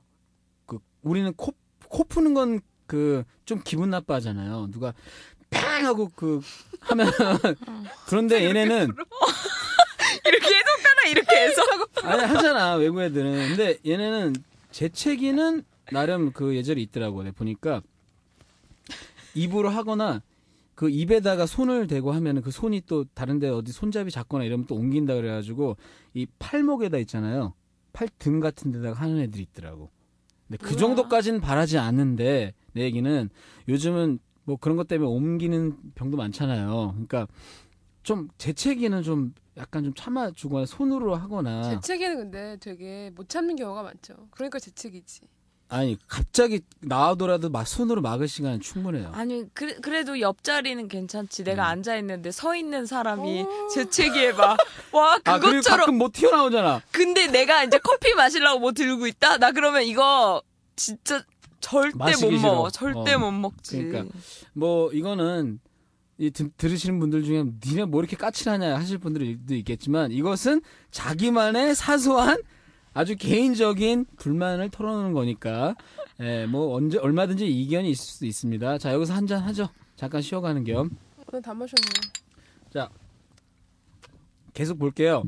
[SPEAKER 1] 그 우리는 코, 코 푸는 건 그 좀 기분 나빠하잖아요. 누가 팽 하고 그 하면 그런데 얘네는
[SPEAKER 3] 이렇게 해서 가라 이렇게 해서
[SPEAKER 1] 아니 하잖아 외국 애들은 근데 얘네는 재채기는 나름 그 예절이 있더라고 내가 보니까 입으로 하거나 그 입에다가 손을 대고 하면은 그 손이 또 다른데 어디 손잡이 잡거나 이러면 또 옮긴다 그래가지고 이 팔목에다 있잖아요 팔등 같은 데다가 하는 애들이 있더라고 근데 그
[SPEAKER 3] 뭐야.
[SPEAKER 1] 정도까지는 바라지 않는데 내 얘기는 요즘은 뭐 그런 것 때문에 옮기는 병도 많잖아요 그러니까 좀 재채기는 좀 약간 좀 참아주거나 손으로 하거나
[SPEAKER 2] 재채기는 근데 되게 못 참는 경우가 많죠. 그러니까 재채기지.
[SPEAKER 1] 아니 갑자기 나오더라도 막 손으로 막을 시간은 충분해요.
[SPEAKER 3] 아니 그, 그래도 옆자리는 괜찮지 내가
[SPEAKER 1] 그러니까. 음.
[SPEAKER 3] 앉아 있는데 서 있는 사람이 재채기해 봐와
[SPEAKER 1] 아 그리고
[SPEAKER 3] 그것처럼
[SPEAKER 1] 가끔 뭐 튀어나오잖아.
[SPEAKER 3] 근데 내가 이제 커피 마시려고 뭐 들고 있다 나 그러면 이거 진짜 절대 못
[SPEAKER 1] 마시기 싫어.
[SPEAKER 3] 먹어 절대
[SPEAKER 1] 어.
[SPEAKER 3] 못 먹지
[SPEAKER 1] 그러니까. 뭐 이거는 이 드- 들으시는 분들 중에 니네 뭐 이렇게 까칠하냐 하실 분들도 있겠지만 이것은 자기만의 사소한 아주 개인적인 불만을 털어놓는 거니까 예, 뭐 언제 얼마든지 이견이 있을 수도 있습니다. 자 여기서 한 잔 하죠. 잠깐 쉬어가는 겸
[SPEAKER 2] 오늘 다 마셨네.
[SPEAKER 1] 계속 볼게요.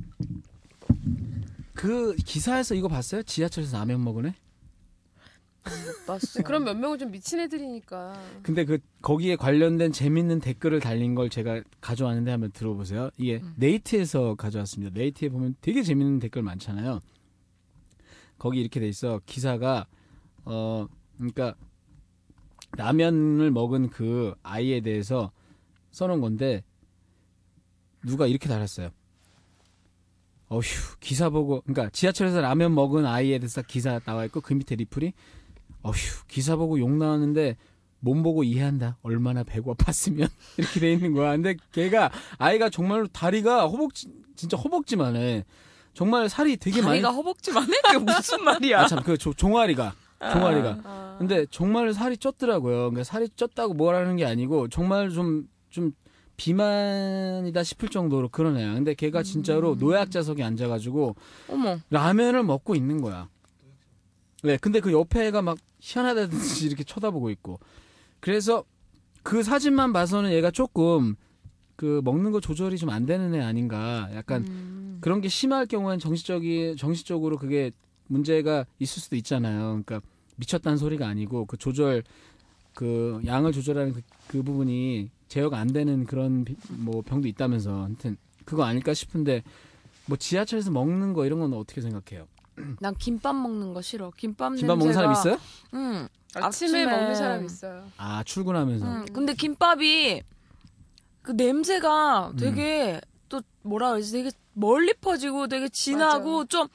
[SPEAKER 1] 그 기사에서 이거 봤어요? 지하철에서 라면 먹으네?
[SPEAKER 3] 못 봤어
[SPEAKER 2] 그럼 몇 명은 좀 미친 애들이니까.
[SPEAKER 1] 근데 그 거기에 관련된 재밌는 댓글을 달린 걸 제가 가져왔는데 한번 들어보세요. 이게 네이트에서 가져왔습니다. 네이트에 보면 되게 재밌는 댓글 많잖아요. 거기 이렇게 돼 있어. 기사가 어 그러니까 라면을 먹은 그 아이에 대해서 써놓은 건데 누가 이렇게 달았어요. 어휴 기사 보고 그러니까 지하철에서 라면 먹은 아이에 대해서 기사 나와 있고 그 밑에 리플이 어휴 기사 보고 욕 나왔는데 몸 보고 이해한다. 얼마나 배고팠으면 이렇게 돼 있는 거야. 근데 걔가 아이가 정말로 다리가 허벅지 진짜 허벅지만 해. 정말 살이 되게 많이
[SPEAKER 3] 다리가 허벅지만 해? 그게 무슨 말이야
[SPEAKER 1] 아 참 그 종아리가 종아리가
[SPEAKER 2] 아.
[SPEAKER 1] 근데 정말 살이 쪘더라고요. 그러니까 살이 쪘다고 뭐라는 게 아니고 정말 좀 좀 비만이다 싶을 정도로 그런 애야. 근데 걔가 진짜로 노약자석에 앉아가지고
[SPEAKER 3] 어머
[SPEAKER 1] 라면을 먹고 있는 거야. 네, 근데 그 옆에 애가 막 희한하다든지 이렇게 쳐다보고 있고. 그래서 그 사진만 봐서는 얘가 조금 그 먹는 거 조절이 좀 안 되는 애 아닌가. 약간 그런 게 심할 경우엔 정신적이 정신적으로 그게 문제가 있을 수도 있잖아요. 그러니까 미쳤다는 소리가 아니고 그 조절 그 양을 조절하는 그, 그 부분이 제어가 안 되는 그런 비- 뭐 병도 있다면서 하여튼 그거 아닐까 싶은데 뭐 지하철에서 먹는 거 이런 건 어떻게 생각해요?
[SPEAKER 3] 난 김밥 먹는 거 싫어 김밥,
[SPEAKER 1] 김밥
[SPEAKER 3] 냄새가
[SPEAKER 1] 먹는 사람 있어요?
[SPEAKER 3] 응
[SPEAKER 2] 아침에
[SPEAKER 3] 아침에-
[SPEAKER 2] 먹는 사람 있어요.
[SPEAKER 1] 아 출근하면서
[SPEAKER 3] 음, 근데 김밥이 그 냄새가 되게
[SPEAKER 1] 음.
[SPEAKER 3] 또 뭐라 그러지 되게 멀리 퍼지고 되게 진하고 좀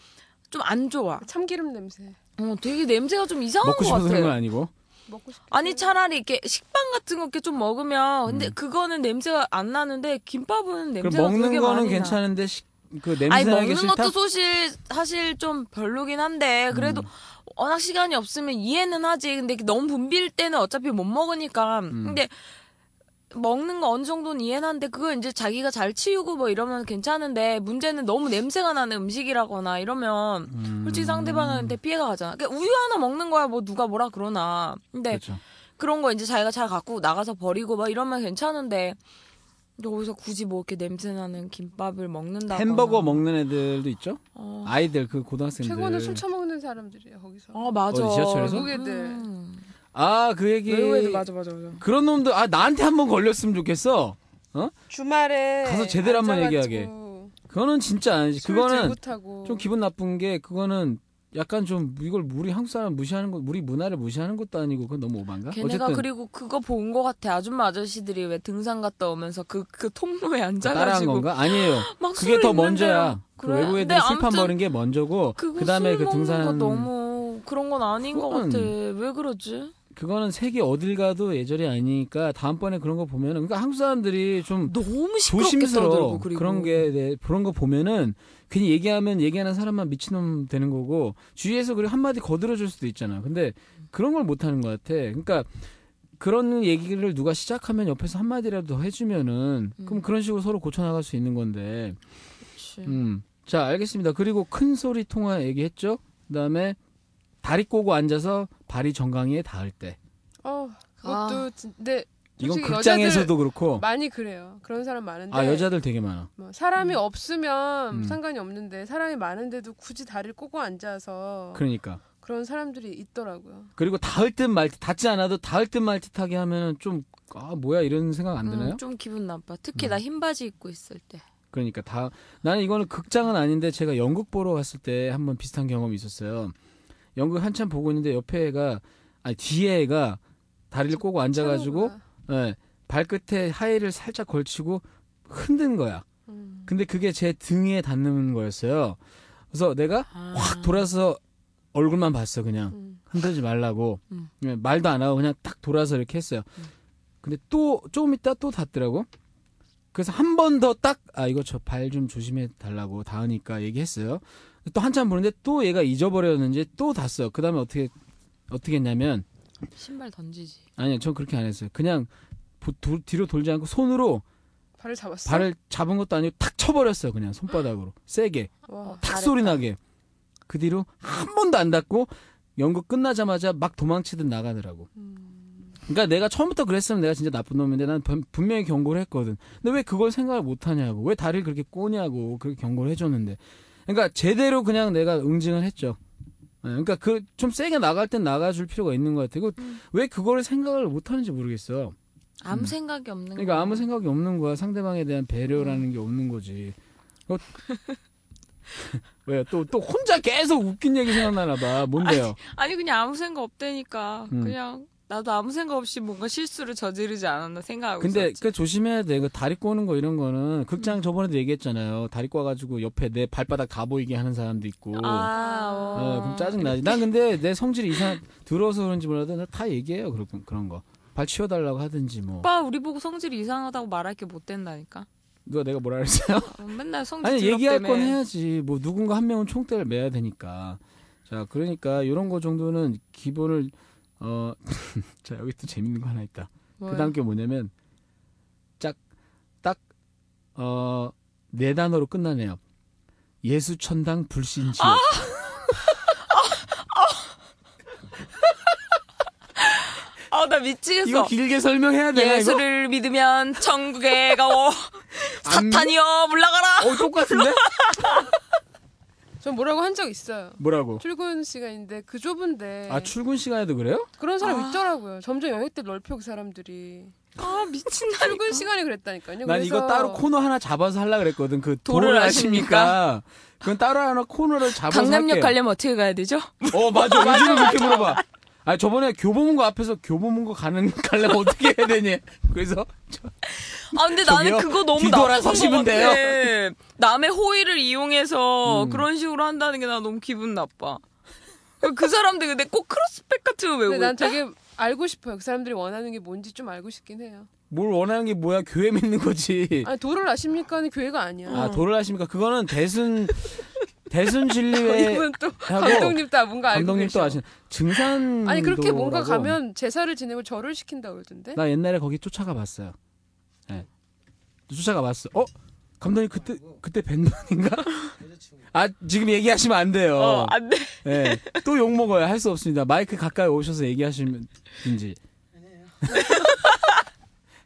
[SPEAKER 3] 좀 안 좋아.
[SPEAKER 2] 참기름 냄새.
[SPEAKER 3] 어, 되게 냄새가 좀 이상한
[SPEAKER 1] 먹고
[SPEAKER 3] 것
[SPEAKER 1] 싶어서 그런 건
[SPEAKER 3] 같아.
[SPEAKER 1] 아니고
[SPEAKER 2] 먹고 싶.
[SPEAKER 3] 아니 차라리 이렇게 식빵 같은 거 이렇게 좀 먹으면 근데 그거는 냄새가 안 나는데 김밥은
[SPEAKER 1] 음. 그럼
[SPEAKER 3] 냄새가
[SPEAKER 1] 먹는
[SPEAKER 3] 되게
[SPEAKER 1] 거는
[SPEAKER 3] 많이 나.
[SPEAKER 1] 괜찮은데 식- 그
[SPEAKER 3] 아니
[SPEAKER 1] 냄새나는 게
[SPEAKER 3] 먹는
[SPEAKER 1] 싫다?
[SPEAKER 3] 것도 소실 사실 좀 별로긴 한데 그래도
[SPEAKER 1] 음.
[SPEAKER 3] 워낙 시간이
[SPEAKER 1] 음.
[SPEAKER 3] 없으면 이해는 하지 근데 너무 붐빌 때는 어차피 못 먹으니까 근데 먹는 거 어느 정도는 이해는 하는데 그걸 이제 자기가 잘 치우고 뭐 이러면 괜찮은데 문제는 너무 냄새가 나는 음식이라거나 이러면 솔직히
[SPEAKER 1] 음.
[SPEAKER 3] 상대방한테 피해가 가잖아. 그러니까 우유 하나 먹는 거야 뭐 누가 뭐라 그러나. 근데
[SPEAKER 1] 그렇죠.
[SPEAKER 3] 그런 거 이제 자기가 잘 갖고 나가서 버리고 막 이러면 괜찮은데 여기서 굳이 뭐 이렇게 냄새 나는 김밥을 먹는다.
[SPEAKER 1] 햄버거 먹는 애들도 있죠.
[SPEAKER 3] 어,
[SPEAKER 1] 아이들 그 고등학생들.
[SPEAKER 2] 최고는 술 처먹는 사람들이야 거기서.
[SPEAKER 3] 어, 맞아.
[SPEAKER 1] 어디 지하철에서?
[SPEAKER 2] 외국 애들.
[SPEAKER 3] 음.
[SPEAKER 1] 아 그 얘기.
[SPEAKER 2] 외국 애들 맞아 맞아 맞아.
[SPEAKER 1] 그런 놈들 아 나한테 한 번 걸렸으면 좋겠어.
[SPEAKER 2] 주말에
[SPEAKER 1] 가서 제대로 한번
[SPEAKER 2] 앉아가지고
[SPEAKER 1] 얘기하게. 그거는 진짜 아니지.
[SPEAKER 2] 술
[SPEAKER 1] 그거는
[SPEAKER 2] 잘못하고.
[SPEAKER 1] 좀 기분 나쁜 게 그거는 약간 좀 이걸 우리 한국 사람 무시하는 거, 우리 문화를 무시하는 것도 아니고 그건 너무 오만가?
[SPEAKER 3] 걔네가
[SPEAKER 1] 어쨌든
[SPEAKER 3] 그리고 그거 본 거 같아. 아줌마 아저씨들이 왜 등산 갔다 오면서 그, 그 통로에
[SPEAKER 1] 따라한
[SPEAKER 3] 앉아가지고
[SPEAKER 1] 건가? 아니에요.
[SPEAKER 3] 막
[SPEAKER 1] 그게
[SPEAKER 3] 술을
[SPEAKER 1] 더
[SPEAKER 3] 있는데요.
[SPEAKER 1] 먼저야. 그
[SPEAKER 3] 그래?
[SPEAKER 1] 외국
[SPEAKER 3] 근데
[SPEAKER 1] 애들이 술판
[SPEAKER 3] 아무튼
[SPEAKER 1] 버린 게 먼저고
[SPEAKER 3] 그거
[SPEAKER 1] 그다음에
[SPEAKER 3] 술
[SPEAKER 1] 그
[SPEAKER 3] 먹는
[SPEAKER 1] 등산
[SPEAKER 3] 거 너무 그런 건 아닌 것
[SPEAKER 1] 그건-
[SPEAKER 3] 같아. 왜 그러지?
[SPEAKER 1] 그거는 세계 어딜 가도 예절이 아니니까 다음번에 그런 거 보면은 그러니까 한국 사람들이 좀
[SPEAKER 3] 너무 시끄럽게
[SPEAKER 1] 조심스러워
[SPEAKER 3] 떠들고 그리고
[SPEAKER 1] 그런 게 내- 그런 거 보면은 괜히 얘기하면 얘기하는 사람만 미친놈 되는 거고 주위에서 그리고 한마디 거들어줄 수도 있잖아 근데 그런 걸 못하는 것 같아 그러니까 그런 얘기를 누가 시작하면 옆에서 한마디라도 더 해주면은 그럼
[SPEAKER 3] 음.
[SPEAKER 1] 그런 식으로 서로 고쳐나갈 수 있는 건데
[SPEAKER 3] 그치.
[SPEAKER 1] 음. 자 알겠습니다 그리고 큰 소리 통화 얘기했죠 그다음에 다리 꼬고 앉아서 발이 정강이에 닿을 때
[SPEAKER 2] 어 그것도 진- 근데
[SPEAKER 1] 이건
[SPEAKER 2] 솔직히
[SPEAKER 1] 극장에서도 그렇고
[SPEAKER 2] 많이 그래요. 그런 사람 많은데.
[SPEAKER 1] 어. 아 여자들 되게 많아
[SPEAKER 2] 뭐 사람이 없으면
[SPEAKER 1] 음.
[SPEAKER 2] 상관이 없는데 사람이 많은데도 굳이 다리를 꼬고 앉아서
[SPEAKER 1] 그러니까
[SPEAKER 2] 그런 사람들이 있더라고요.
[SPEAKER 1] 그리고 닿을 듯 말 듯, 닿지 않아도 닿을 듯 말 듯하게 하면은 좀, 아, 뭐야, 이런 생각 안 드나요?
[SPEAKER 3] 음, 좀 기분 나빠. 특히
[SPEAKER 1] 음.
[SPEAKER 3] 나 흰 바지 입고 있을 때.
[SPEAKER 1] 그러니까 다, 나는 이거는 극장은 아닌데 제가 연극 보러 갔을 때 한번 비슷한 경험이 있었어요. 연극 한참 보고 있는데 옆에 애가, 아니, 뒤에 애가 다리를 꼬고 앉아가지고,
[SPEAKER 2] 참으구나.
[SPEAKER 1] 예, 발끝에 하의를 살짝 걸치고 흔든 거야.
[SPEAKER 2] 음.
[SPEAKER 1] 근데 그게 제 등에 닿는 거였어요. 그래서 내가
[SPEAKER 3] 아.
[SPEAKER 1] 확 돌아서 얼굴만 봤어, 그냥.
[SPEAKER 2] 음.
[SPEAKER 1] 흔들지 말라고
[SPEAKER 3] 음.
[SPEAKER 1] 예, 말도 안 하고 그냥 딱 돌아서 이렇게 했어요.
[SPEAKER 3] 음.
[SPEAKER 1] 근데 또 조금 있다 또 닿더라고. 그래서 한 번 더 딱 아 이거 저 발 좀 조심해 달라고 닿으니까 얘기했어요. 또 한참 보는데 또 얘가 잊어버렸는지 또 닿았어요. 그다음에 어떻게 어떻게 했냐면
[SPEAKER 3] 신발 던지지.
[SPEAKER 1] 아니요 전 그렇게 안 했어요. 그냥 보- 돌- 뒤로 돌지 않고 손으로
[SPEAKER 2] 발을 잡았어.
[SPEAKER 1] 발을 잡은 것도 아니고 탁 쳐버렸어요. 그냥 손바닥으로 세게
[SPEAKER 2] 와.
[SPEAKER 1] 탁 소리 나게. 그 뒤로 한 번도 안 닿고 연극 끝나자마자 막 도망치듯 나가더라고. 그러니까 내가 처음부터 그랬으면 내가 진짜 나쁜 놈인데 난 분- 분명히 경고를 했거든. 근데 왜 그걸 생각을 못 하냐고. 왜 다리를 그렇게 꼬냐고. 그렇게 경고를 해 줬는데. 그러니까 제대로 그냥 내가 응징을 했죠. 예, 그러니까 그 좀 세게 나갈 땐 나가 줄 필요가 있는 것 같아. 이거 왜 그거를 생각을 못 하는지 모르겠어.
[SPEAKER 3] 아무
[SPEAKER 1] 음.
[SPEAKER 3] 생각이 없는
[SPEAKER 1] 그러니까
[SPEAKER 3] 거야.
[SPEAKER 1] 아무 생각이 없는 거야. 상대방에 대한 배려라는 게 없는 거지. 그거- 왜요? 또, 또 혼자 계속 웃긴 얘기 생각나나 봐. 뭔데요?
[SPEAKER 3] 아니 그냥 아무 생각 없다니까.
[SPEAKER 1] 음.
[SPEAKER 3] 그냥 나도 아무 생각 없이 뭔가 실수를 저지르지 않았나 생각하고
[SPEAKER 1] 근데
[SPEAKER 3] 있었지. 음.
[SPEAKER 1] 그 조심해야 돼. 그 다리 꼬는 거 이런 거는 극장 저번에도 얘기했잖아요. 다리 꼬아가지고 옆에 내 발바닥 다 보이게 하는 사람도 있고.
[SPEAKER 3] 아,
[SPEAKER 1] 어,
[SPEAKER 3] 어.
[SPEAKER 1] 그 그럼 짜증나지. 난 근데 내 성질이 이상, 들어서 그런지 몰라도 나다 얘기해요. 그런, 그런 거. 발 치워달라고 하든지 뭐.
[SPEAKER 3] 오빠 우리 보고 성질이 이상하다고 말할 게 못 된다니까.
[SPEAKER 1] 누가 내가 뭐라 그랬어요?
[SPEAKER 3] 어, 맨날 성질
[SPEAKER 1] 아니
[SPEAKER 3] 드럽다며.
[SPEAKER 1] 얘기할 건 해야지 뭐 누군가 한 명은 총대를 매야 되니까 자 그러니까 이런 거 정도는 기본을 어자 여기 또 재밌는 거 하나 있다
[SPEAKER 3] 뭐야?
[SPEAKER 1] 그 다음 게 뭐냐면 짝딱어네 단어로 끝나네요 예수천당 불신지옥
[SPEAKER 3] 아, 나 미치겠어.
[SPEAKER 1] 이거 길게 설명해야 되나 이거
[SPEAKER 3] 예수를 믿으면 천국에 가오.
[SPEAKER 1] 안-
[SPEAKER 3] 사탄이여 물러가라.
[SPEAKER 1] 어 똑같은데
[SPEAKER 2] 전 뭐라고 한 적 있어요.
[SPEAKER 1] 뭐라고
[SPEAKER 2] 출근 시간인데 그
[SPEAKER 3] 네.
[SPEAKER 2] 좁은데
[SPEAKER 1] 아 출근 시간에도 그래요
[SPEAKER 2] 그런 사람
[SPEAKER 3] 아.
[SPEAKER 2] 있더라고요. 점점 영역대 넓혀 그 사람들이
[SPEAKER 3] 아 미친다.
[SPEAKER 2] 출근 시간에
[SPEAKER 3] 네,
[SPEAKER 2] 그랬다니까요.
[SPEAKER 1] 그- 난 이거
[SPEAKER 2] 그래서
[SPEAKER 1] 따로 코너 하나 잡아서 하려 그랬거든 그
[SPEAKER 3] 도를
[SPEAKER 1] 도를 아십니까 그건 따로 하나 코너를 잡아서
[SPEAKER 3] 강남역
[SPEAKER 1] 할게요.
[SPEAKER 3] 가려면 어떻게 가야 되죠?
[SPEAKER 1] 어 맞아 왜 지금 그렇게 물어봐 아 저번에 교보문고 앞에서 교보문고 가는 갈래 어떻게 해야 되니 그래서
[SPEAKER 3] 아 근데
[SPEAKER 1] 저기요?
[SPEAKER 3] 나는 그거 너무
[SPEAKER 1] 뒤돌아
[SPEAKER 3] 나쁜 것
[SPEAKER 1] 서시면 돼요.
[SPEAKER 3] 같아. 남의 호의를 이용해서
[SPEAKER 1] 음.
[SPEAKER 3] 그런 식으로 한다는 게 나 너무 기분 나빠. 그 사람들 근데 꼭 크로스백 같은 거
[SPEAKER 2] 근데
[SPEAKER 3] 외우고
[SPEAKER 2] 난 되게 알고 싶어요. 그 사람들이 원하는 게 뭔지 좀 알고 싶긴 해요.
[SPEAKER 1] 뭘 원하는 게 뭐야 교회 믿는 거지
[SPEAKER 2] 아니 도를 아십니까는 교회가 아니야.
[SPEAKER 1] 그- 아 도를 아십니까 그거는 대순 대순
[SPEAKER 2] 어,
[SPEAKER 1] 진리회
[SPEAKER 2] 이분 또
[SPEAKER 1] 하고
[SPEAKER 2] 감독님 다 뭔가 알고
[SPEAKER 1] 네. 아, 감독님도
[SPEAKER 2] 계셔.
[SPEAKER 1] 아시는 증산
[SPEAKER 2] 아니 그렇게 뭔가 가면 제사를 지내고 절을 시킨다고 그러던데.
[SPEAKER 1] 나 옛날에 거기 쫓아가 봤어요 네. 쫓아가 봤어. 어? 감독님 그때 그때 뵌 분인가? 아 지금 얘기하시면 안 돼요.
[SPEAKER 2] 아,
[SPEAKER 3] 어, 안 돼.
[SPEAKER 1] 예. 또 욕 먹어요. 할 수 없습니다. 마이크 가까이 오셔서 얘기하시면든지.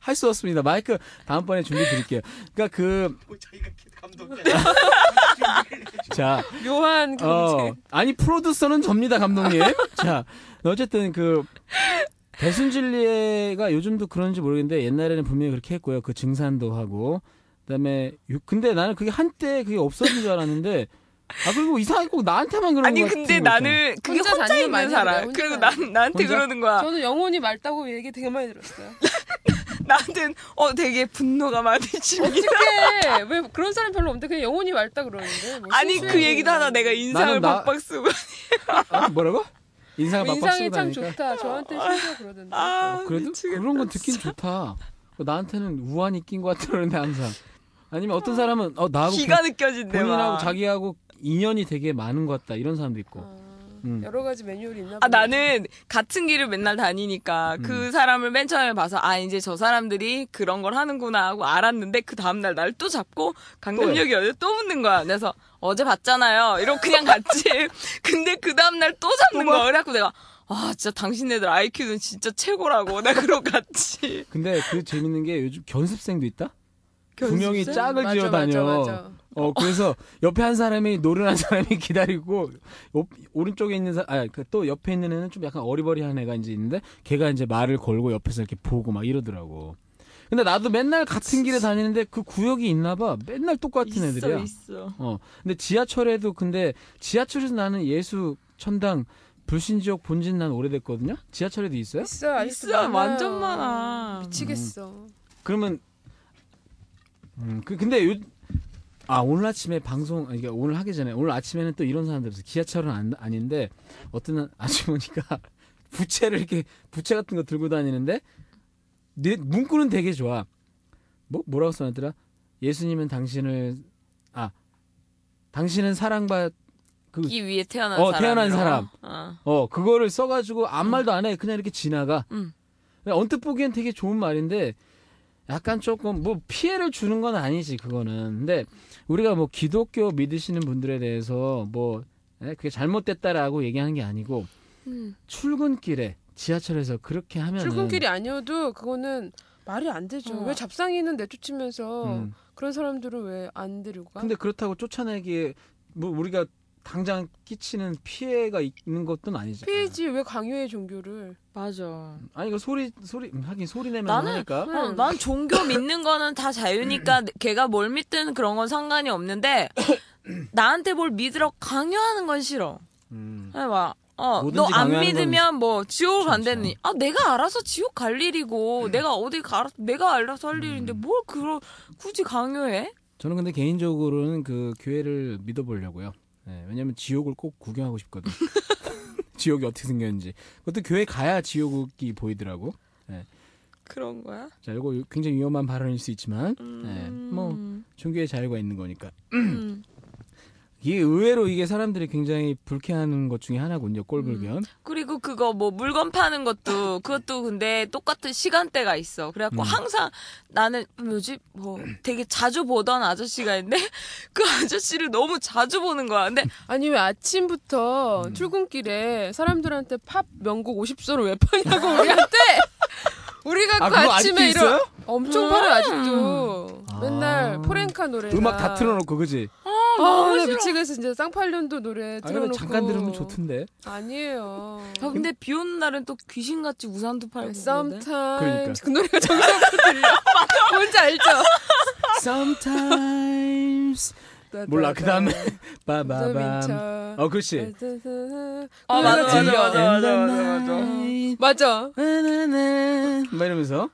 [SPEAKER 1] 할 수 없습니다. 마이크 다음번에 준비 드릴게요. 그러니까 그
[SPEAKER 5] 저희가 감독이
[SPEAKER 1] 자,
[SPEAKER 2] 묘한
[SPEAKER 1] 어,
[SPEAKER 2] 경쟁.
[SPEAKER 1] 아니 프로듀서는 접니다, 감독님. 자, 어쨌든 그 배순진리가 요즘도 그런지 모르겠는데 옛날에는 분명히 그렇게 했고요. 그 증산도 하고 그다음에 유- 근데 나는 그게 한때 그게 없어진 줄 알았는데 아 그리고 이상하게 꼭 나한테만 그런
[SPEAKER 3] 아니
[SPEAKER 1] 거
[SPEAKER 3] 근데 나는 그게
[SPEAKER 2] 혼자
[SPEAKER 3] 혼자,
[SPEAKER 2] 다니면
[SPEAKER 3] 있는
[SPEAKER 2] 많이
[SPEAKER 3] 사람.
[SPEAKER 2] 하더라, 혼자
[SPEAKER 3] 그리고
[SPEAKER 2] 다니면.
[SPEAKER 3] 난 나한테
[SPEAKER 1] 혼자?
[SPEAKER 3] 그러는 거야.
[SPEAKER 2] 저는 영혼이 맑다고 얘기 되게 많이 들었어요.
[SPEAKER 3] 나한텐 어 되게 분노가 많이 심기.
[SPEAKER 2] 어떻게 왜 그런 사람 별로 없는데 그냥 영혼이 맑다 그러는데 뭐
[SPEAKER 3] 아니
[SPEAKER 2] 신기해.
[SPEAKER 3] 그 얘기도 하나 내가 인상을
[SPEAKER 1] 나는 어, 나-
[SPEAKER 3] 박박 쓰고.
[SPEAKER 1] 아, 뭐라고? 인상을
[SPEAKER 2] 뭐
[SPEAKER 1] 막박 쓰고
[SPEAKER 2] 인상이 참
[SPEAKER 1] 다니까.
[SPEAKER 2] 좋다. 저한테 심지어 그러던데.
[SPEAKER 3] 아
[SPEAKER 1] 그래도
[SPEAKER 3] 미치겠다.
[SPEAKER 1] 그런 건 듣긴 좋다. 어, 나한테는 우환이 낀 것 같아 그러는데 항상. 아니면 어떤 사람은 어 나하고
[SPEAKER 3] 기가
[SPEAKER 1] 본-
[SPEAKER 3] 느껴진대
[SPEAKER 1] 본인하고
[SPEAKER 3] 막.
[SPEAKER 1] 자기하고 인연이 되게 많은 것 같다 이런 사람도 있고. 음.
[SPEAKER 2] 여러 가지 매뉴얼이 있나 보네.
[SPEAKER 3] 아 나는 같은 길을 맨날 다니니까 그 사람을 맨 처음에 봐서 아 이제 저 사람들이 그런 걸 하는구나 하고 알았는데 그 다음 날 날 또 잡고 강남역에 어제 또 묻는 거야. 그래서 어제 봤잖아요. 이러고 그냥 갔지. 근데 그 다음 날 또 잡는 거야. 그래갖고 내가 아 진짜 당신네들 IQ는 진짜 최고라고 나 그러고 갔지.
[SPEAKER 1] 근데 그 재밌는 게 요즘 견습생도 있다.
[SPEAKER 3] 견습생?
[SPEAKER 1] 분명히 짝을
[SPEAKER 2] 그 맞아,
[SPEAKER 1] 지어 다녀.
[SPEAKER 2] 맞아, 맞아.
[SPEAKER 1] 어 그래서 옆에 한 사람이 노른 한 사람이 기다리고 옆- 오른쪽에 있는 사아또 옆에 있는 애는 좀 약간 어리버리한 애가 이제 있는데 걔가 이제 말을 걸고 옆에서 이렇게 보고 막 이러더라고. 근데 나도 맨날 같은 길에 다니는데 그 구역이 있나 봐. 맨날 똑같은
[SPEAKER 3] 있어
[SPEAKER 1] 애들이야.
[SPEAKER 3] 있어.
[SPEAKER 1] 어. 근데 지하철에도 근데 지하철에서 나는 예수 천당 불신 지역 본진 난 오래됐거든요. 지하철에도 있어요?
[SPEAKER 2] 있어 아직도
[SPEAKER 3] 있어
[SPEAKER 2] 많아요.
[SPEAKER 3] 완전 많아.
[SPEAKER 2] 미치겠어.
[SPEAKER 1] 그러면 음, 그 근데 요 아, 오늘 아침에 방송, 아니, 그러니까 오늘 하기 전에, 오늘 아침에는 또 이런 사람들 있어. 기아철은 안- 아닌데, 어떤 아주머니가 부채를 이렇게, 부채 같은 거 들고 다니는데, 내, 문구는 되게 좋아. 뭐, 뭐라고 써놨더라? 예수님은 당신을, 아, 당신은 사랑받,
[SPEAKER 3] 이 위에 태어난
[SPEAKER 1] 어,
[SPEAKER 3] 사람.
[SPEAKER 1] 태어난
[SPEAKER 3] 이런
[SPEAKER 1] 사람.
[SPEAKER 3] 거. 어.
[SPEAKER 1] 어, 그거를 써가지고
[SPEAKER 2] 음.
[SPEAKER 1] 아무 말도 안 해. 그냥 이렇게 지나가.
[SPEAKER 3] 음.
[SPEAKER 1] 언뜻 보기엔 되게 좋은 말인데, 약간 조금 뭐 피해를 주는 건 아니지, 그거는. 근데 우리가 뭐 기독교 믿으시는 분들에 대해서 뭐, 예, 그게 잘못됐다라고 얘기하는 게 아니고, 출근길에 지하철에서 그렇게 하면.
[SPEAKER 2] 음. 출근길이 아니어도 그거는 말이 안 되죠.
[SPEAKER 3] 네. 어.
[SPEAKER 2] 왜 잡상이는 내쫓으면서
[SPEAKER 1] 음.
[SPEAKER 2] 그런 사람들은 왜 안 데리고 가?
[SPEAKER 1] 근데 그렇다고 쫓아내기에, 뭐 우리가 당장 끼치는 피해가 있는 것도 아니지.
[SPEAKER 2] 피해지 왜 강요해 종교를?
[SPEAKER 3] 맞아.
[SPEAKER 1] 아니, 그 소리, 소리, 하긴 소리 내면
[SPEAKER 3] 나는-
[SPEAKER 1] 하니까.
[SPEAKER 3] 어, 난 종교 믿는 거는 다
[SPEAKER 1] 음.
[SPEAKER 3] 자유니까 걔가 뭘 믿든 그런 건 상관이 없는데 나한테 뭘 믿으러 강요하는 건 싫어.
[SPEAKER 1] 음.
[SPEAKER 3] 아니, 막, 어,
[SPEAKER 1] 뭐든지
[SPEAKER 3] 너 안
[SPEAKER 1] 강요하는
[SPEAKER 3] 믿으면 뭐 지옥
[SPEAKER 1] 그렇죠.
[SPEAKER 3] 간다니. 아, 내가 알아서 지옥 갈 일이고
[SPEAKER 1] 음.
[SPEAKER 3] 내가 어디 가 내가 알아서 할 일인데 뭘 그런 굳이 강요해?
[SPEAKER 1] 저는 근데 개인적으로는 그 교회를 믿어보려고요. 예, 왜냐면 지옥을 꼭 구경하고 싶거든. 지옥이 어떻게 생겼는지. 그것도 교회 가야 지옥이 보이더라고.
[SPEAKER 3] 그런 거야?
[SPEAKER 1] 자, 이거 굉장히 위험한 발언일 수 있지만, 예,
[SPEAKER 3] 음.
[SPEAKER 1] 뭐 종교의 자유가 있는 거니까.
[SPEAKER 3] 음.
[SPEAKER 1] 이게 의외로 이게 사람들이 굉장히 불쾌하는 것 중에 하나군요.
[SPEAKER 2] 음.
[SPEAKER 1] 꼴불견.
[SPEAKER 3] 그리고 그거 뭐 물건 파는 것도 그것도 근데 똑같은 시간대가 있어. 그래갖고
[SPEAKER 1] 음.
[SPEAKER 3] 항상 나는 뭐지 뭐 되게 자주 보던 아저씨가 있는데 그 아저씨를 너무 자주 보는 거야. 근데
[SPEAKER 2] 아니 왜 아침부터
[SPEAKER 1] 음.
[SPEAKER 2] 출근길에 사람들한테 팝 명곡 50소를 왜 파냐고 우리한테 우리가
[SPEAKER 1] 아,
[SPEAKER 2] 그
[SPEAKER 1] 그거
[SPEAKER 2] 아침에
[SPEAKER 1] 아직도
[SPEAKER 2] 이런
[SPEAKER 1] 있어요?
[SPEAKER 2] 엄청 팔아 아직도
[SPEAKER 1] 아.
[SPEAKER 2] 맨날 포렌카 노래
[SPEAKER 1] 음악 다 틀어놓고, 그지?
[SPEAKER 2] 아, 나 미치겠어 진짜 쌍팔년도 노래
[SPEAKER 1] 아, 근데
[SPEAKER 2] 틀어놓고
[SPEAKER 1] 잠깐 들으면 좋던데.
[SPEAKER 2] 아니에요 네,
[SPEAKER 3] 아, 근데 비 오는 날은 또 귀신같이 우산도 팔고 그러는데.
[SPEAKER 2] Sometimes
[SPEAKER 1] 그러니까.
[SPEAKER 2] 그 노래가 정석으로 들려 뭔지 알죠?
[SPEAKER 1] Sometimes. 몰라, 그 다음에.
[SPEAKER 2] 네,
[SPEAKER 1] 빠바밤.
[SPEAKER 2] 민철.
[SPEAKER 1] 어, 그렇지.
[SPEAKER 3] 아, 맞아, 맞아, 맞아, 맞아, 맞아, 맞아.
[SPEAKER 2] 네. 맞아
[SPEAKER 1] 나나나. 막 이러면서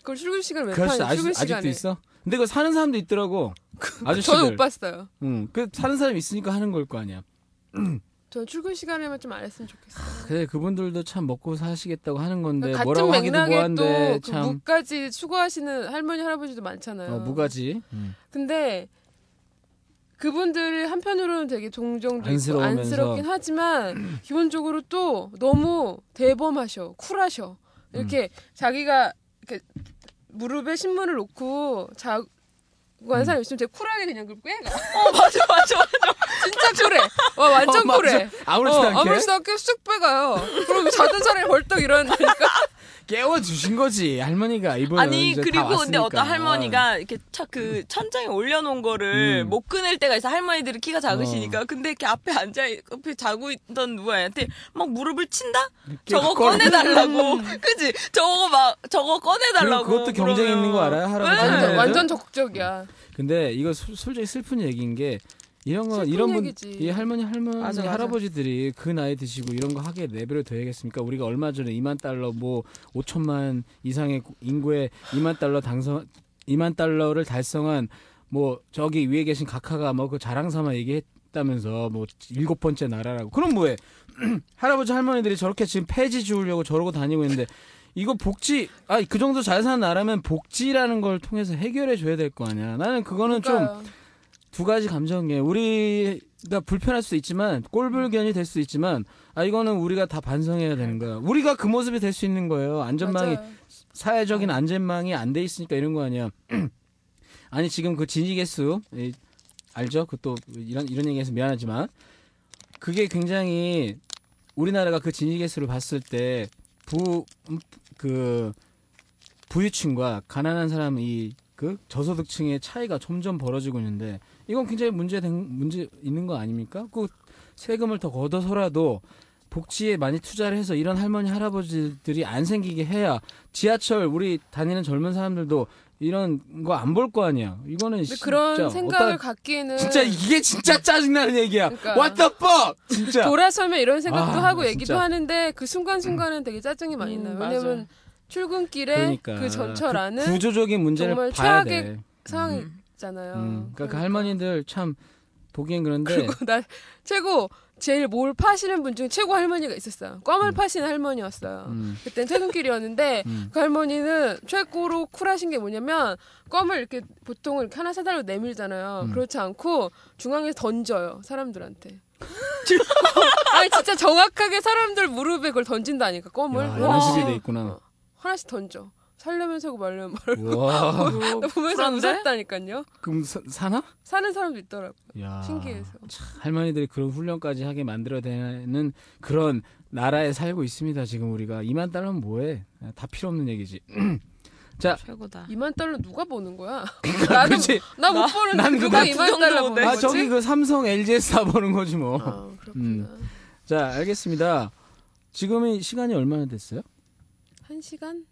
[SPEAKER 2] 그걸 출근 시간을 왜
[SPEAKER 1] 그 아저씨
[SPEAKER 2] 파냐
[SPEAKER 1] 아직,
[SPEAKER 2] 출근
[SPEAKER 1] 아직도
[SPEAKER 2] 시간에
[SPEAKER 1] 있어? 근데 그거 사는 사람도 있더라고
[SPEAKER 3] 그
[SPEAKER 1] 아저씨들
[SPEAKER 2] 저는 못 봤어요
[SPEAKER 1] 응. 그 사는 사람이 있으니까 하는 걸 거 아니야
[SPEAKER 2] 저 출근 시간에만 좀 안 했으면 좋겠어요
[SPEAKER 1] 근데 그분들도 참 먹고 사시겠다고 하는 건데
[SPEAKER 2] 같은
[SPEAKER 1] 뭐라고 하기도
[SPEAKER 2] 맥락에
[SPEAKER 1] 뭐한데
[SPEAKER 2] 또그
[SPEAKER 1] 참
[SPEAKER 2] 무까지 추구하시는 할머니 할아버지도 많잖아요.
[SPEAKER 1] 어, 무가지 음.
[SPEAKER 2] 근데 그분들이 한편으로는 되게 동정도 있고
[SPEAKER 1] 안쓰러우면서.
[SPEAKER 2] 안쓰럽긴 하지만 기본적으로 또 너무 대범하셔,
[SPEAKER 1] 음.
[SPEAKER 2] 쿨하셔. 이렇게 자기가 이렇게 무릎에 신문을 놓고 자
[SPEAKER 1] 음.
[SPEAKER 2] 그거 아는 사람 있으면 되게 쿨하게 그냥 긁고 해가.
[SPEAKER 3] 어 맞아 맞아 맞아.
[SPEAKER 2] 진짜 쿨해. 와 완전
[SPEAKER 1] 어,
[SPEAKER 2] 쿨해.
[SPEAKER 1] 맞아. 아무렇지도 않게
[SPEAKER 2] 아무렇지도 않게 쑥 빼가요. 그럼 자던 사람이 벌떡 일어나니까.
[SPEAKER 1] 깨워주신 거지 할머니가 이번에
[SPEAKER 3] 아니
[SPEAKER 1] 뭐 이제 다
[SPEAKER 3] 그리고 근데
[SPEAKER 1] 왔으니까.
[SPEAKER 3] 어떤 할머니가 이렇게 차 그 천장에 올려놓은 거를
[SPEAKER 1] 음. 어.
[SPEAKER 3] 못 끊을 때가 있어 할머니들이 키가 작으시니까 근데 이렇게 앞에 앉아 옆에 자고 있던 누구한테 막 무릎을 친다 저거
[SPEAKER 1] 꺼내. 음.
[SPEAKER 3] 꺼내달라고 그지 저거 막 저거 꺼내달라고
[SPEAKER 1] 그리고 그것도 경쟁이 있는 거 알아요? 할아버지
[SPEAKER 3] 네.
[SPEAKER 1] 할머니들?
[SPEAKER 2] 완전 적극적이야.
[SPEAKER 1] 근데 이거 솔- 솔직히 슬픈 얘기인 게 이런 거
[SPEAKER 2] 슬픈
[SPEAKER 1] 이런 분
[SPEAKER 2] 얘기지.
[SPEAKER 1] 이 할머니 할머니
[SPEAKER 3] 맞아, 맞아.
[SPEAKER 1] 할아버지들이 그 나이 드시고 이런 거 하게 내버려 둬야겠습니까? 우리가 얼마 전에 2만 달러 뭐 5천만 이상의 구- 인구에 2만 달러 당선 2만 달러를 달성한 뭐 저기 위에 계신 각하가 뭐 그 자랑 삼아 얘기했다면서 뭐 일곱 번째 나라라고 그럼 뭐해 할아버지 할머니들이 저렇게 지금 폐지 지우려고 저러고 다니고 있는데 이거 복지 아 그 정도 잘 사는 나라면 복지라는 걸 통해서 해결해 줘야 될 거 아니야 나는 그거는 좀 두
[SPEAKER 2] 그러니까요.
[SPEAKER 1] 가지 감정이에요 우리가 불편할 수도 있지만 꼴불견이 될 수도 있지만 아 이거는 우리가 다 반성해야 되는 거야 우리가 그 모습이 될 수 있는 거예요 안전망이
[SPEAKER 2] 맞아요. 어.
[SPEAKER 1] 사회적인 안전망이 안 돼 있으니까 이런 거 아니야. 아니 지금 그 진위 개수 이, 알죠? 그 또 이런 이런 얘기해서 미안하지만 그게 굉장히 우리나라가 그 진위 개수를 봤을 때 부 그 부유층과 가난한 사람 이 그 저소득층의 차이가 점점 벌어지고 있는데 이건 굉장히 문제 된 문제 있는 거 아닙니까? 그 세금을 더 걷어서라도 복지에 많이 투자를 해서 이런 할머니 할아버지들이 안 생기게 해야 지하철 우리 다니는 젊은 사람들도 이런 거 안 볼 거 아니야. 이거는
[SPEAKER 2] 근데
[SPEAKER 1] 진짜
[SPEAKER 2] 그런 생각을
[SPEAKER 1] 어디다-
[SPEAKER 2] 갖기는
[SPEAKER 1] 진짜 이게 진짜 짜증나는 얘기야.
[SPEAKER 2] 음. 그러니까.
[SPEAKER 1] What the fuck! 진짜.
[SPEAKER 2] 돌아서면 이런 생각도
[SPEAKER 1] 아,
[SPEAKER 2] 하고
[SPEAKER 1] 진짜.
[SPEAKER 2] 얘기도 하는데 그 순간순간은 되게 짜증이 많이
[SPEAKER 3] 음,
[SPEAKER 2] 나요.
[SPEAKER 3] 맞아.
[SPEAKER 2] 왜냐면 출근길에 그
[SPEAKER 1] 그러니까
[SPEAKER 2] 전철안은
[SPEAKER 1] 그 구조적인 문제를
[SPEAKER 2] 정말
[SPEAKER 1] 봐야
[SPEAKER 2] 최악의
[SPEAKER 1] 돼.
[SPEAKER 2] 상황이
[SPEAKER 3] 음.
[SPEAKER 2] 있잖아요.
[SPEAKER 1] 음. 그러니까 그 할머니들 참 보기엔 그런데
[SPEAKER 2] 그리고 나 최고 제일 뭘 파시는 분 중에 최고 할머니가 있었어요. 껌을
[SPEAKER 1] 음.
[SPEAKER 2] 파시는 할머니였어요.
[SPEAKER 1] 음,
[SPEAKER 2] 그땐 퇴근길이었는데
[SPEAKER 1] 음.
[SPEAKER 2] 그 할머니는 최고로 쿨하신 게 뭐냐면 껌을 이렇게 보통 이렇게 하나 사달로 내밀잖아요.
[SPEAKER 1] 음.
[SPEAKER 2] 그렇지 않고 중앙에 던져요 사람들한테. 아니 진짜 정확하게 사람들 무릎에 그걸 던진다니까 껌을
[SPEAKER 1] 야,
[SPEAKER 2] 와.
[SPEAKER 1] 이런 식이 돼 있구나.
[SPEAKER 2] 하나씩 던져. 살려면 사고 말려면 말고
[SPEAKER 1] 와,
[SPEAKER 2] 보면서
[SPEAKER 3] 쿨한데?
[SPEAKER 2] 웃었다니까요.
[SPEAKER 1] 그럼 사, 사나?
[SPEAKER 2] 사는 사람도 있더라고.
[SPEAKER 1] 야.
[SPEAKER 2] 신기해서.
[SPEAKER 1] 할머니들이 그런 훈련까지 하게 만들어야 되는 그런 나라에 살고 있습니다. 지금 우리가 2만 달러면 뭐해? 다 필요 없는 얘기지.
[SPEAKER 3] 최고다
[SPEAKER 2] 2만 달러 누가 보는 거야? 나는
[SPEAKER 1] 그러니까 그렇지.
[SPEAKER 2] 나 못
[SPEAKER 3] 나-
[SPEAKER 2] 보는데
[SPEAKER 1] 난
[SPEAKER 2] 누가
[SPEAKER 1] 그거
[SPEAKER 2] 2만
[SPEAKER 3] 그
[SPEAKER 2] 달러
[SPEAKER 3] 정도
[SPEAKER 2] 보는
[SPEAKER 3] 내
[SPEAKER 1] 아
[SPEAKER 2] 거지?
[SPEAKER 1] 저기 그 음. 삼성 LG에서 다 보는 거지 뭐.
[SPEAKER 2] 아, 그렇구나.
[SPEAKER 1] 자 알겠습니다. 지금이 시간이 얼마나 됐어요?
[SPEAKER 2] 한 시간?